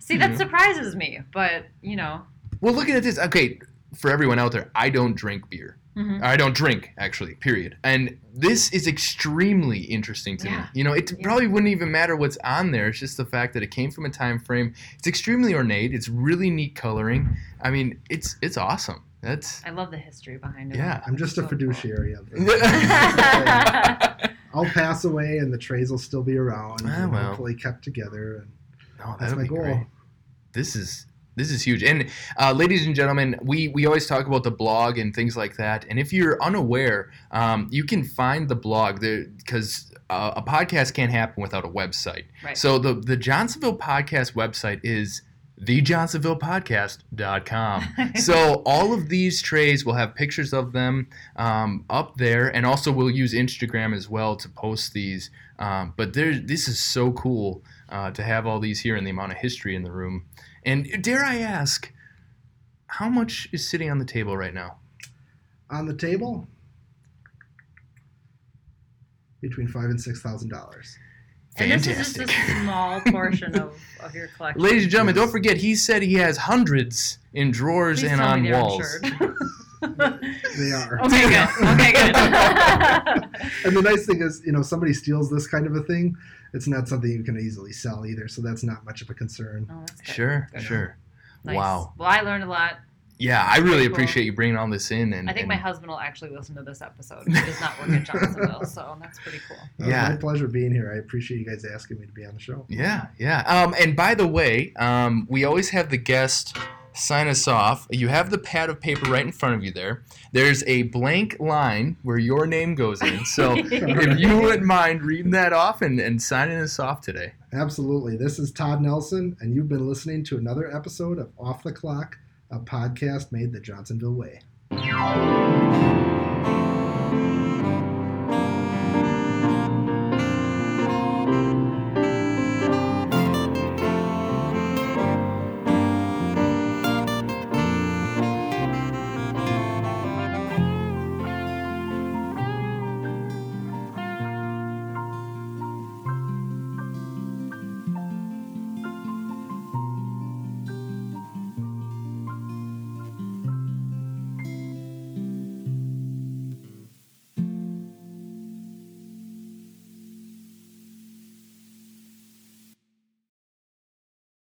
Speaker 3: see that
Speaker 1: Yeah.
Speaker 3: surprises me, but you know.
Speaker 1: Well, looking at this, okay, for everyone out there, I don't drink beer.
Speaker 4: Uh,
Speaker 3: Mhm.
Speaker 1: I don't drink, actually, period. And this is extremely interesting to me.
Speaker 3: Yeah.
Speaker 1: You know, it
Speaker 3: Yeah.
Speaker 1: probably wouldn't even matter what's on there. It's just the fact that it came from a time frame. It's extremely ornate. It's really neat coloring. I mean, it's it's awesome. That's
Speaker 3: I love the history behind it.
Speaker 1: yeah.
Speaker 4: I'm just a
Speaker 3: So
Speaker 4: fiduciary of
Speaker 1: [laughs]
Speaker 4: it.
Speaker 1: oh,
Speaker 4: I'll pass away, and the trays will still be around,
Speaker 1: Ah,
Speaker 4: and
Speaker 1: well.
Speaker 4: hopefully kept together. And
Speaker 1: that
Speaker 4: that's
Speaker 1: would
Speaker 4: my
Speaker 1: be
Speaker 4: goal.
Speaker 1: great. this is this is huge and uh, ladies and gentlemen we we always talk about the blog and things like that and if you're unaware um, you can find the blog there because uh, a podcast can't happen without a website
Speaker 3: Right.
Speaker 1: so the the johnsonville podcast website is thejohnsonvillepodcast.com so all of these trays will have pictures of them um, up there, and also we'll use Instagram as well to post these. Um, but there, this is so cool uh, to have all these here and the amount of history in the room. And dare I ask, how much is sitting on the table right now?
Speaker 4: On the table, between five and six thousand dollars.
Speaker 3: [laughs] And this is just a small portion of,
Speaker 1: [laughs]
Speaker 3: of your collection.
Speaker 1: Ladies and gentlemen,
Speaker 4: Yes.
Speaker 1: don't forget he said he has hundreds in drawers
Speaker 3: Please
Speaker 1: and
Speaker 3: tell
Speaker 1: on
Speaker 3: me they're
Speaker 1: walls.
Speaker 3: insured.
Speaker 4: They are.
Speaker 3: [laughs] okay, good. Oh,
Speaker 1: [laughs]
Speaker 3: Okay, good.
Speaker 4: And the nice thing is, you know, somebody steals this kind of a thing, it's not something you can easily sell either. So that's not much of a concern.
Speaker 3: Oh, that's
Speaker 1: [laughs]
Speaker 3: good.
Speaker 1: Sure,
Speaker 3: Good.
Speaker 1: sure.
Speaker 3: Nice.
Speaker 1: Wow.
Speaker 3: Well, I learned a lot.
Speaker 1: Yeah, I really
Speaker 3: Cool.
Speaker 1: appreciate you bringing all this in. And
Speaker 3: I think
Speaker 1: and
Speaker 3: my husband will actually listen to this episode. He does not work at Johnsonville, so that's pretty cool.
Speaker 4: Uh,
Speaker 1: Yeah.
Speaker 4: My pleasure being here. I appreciate you guys asking me to be on the show.
Speaker 1: Yeah, yeah. Um, and by the way, um, we always have the guest sign us off. You have the pad of paper right in front of you there. There's a blank line where your name goes in.
Speaker 3: [laughs]
Speaker 1: So if you wouldn't mind reading that off and, and signing us off today.
Speaker 4: Absolutely. This is Todd Nelson, and you've been listening to another episode of Off the Clock, a podcast made the Johnsonville way.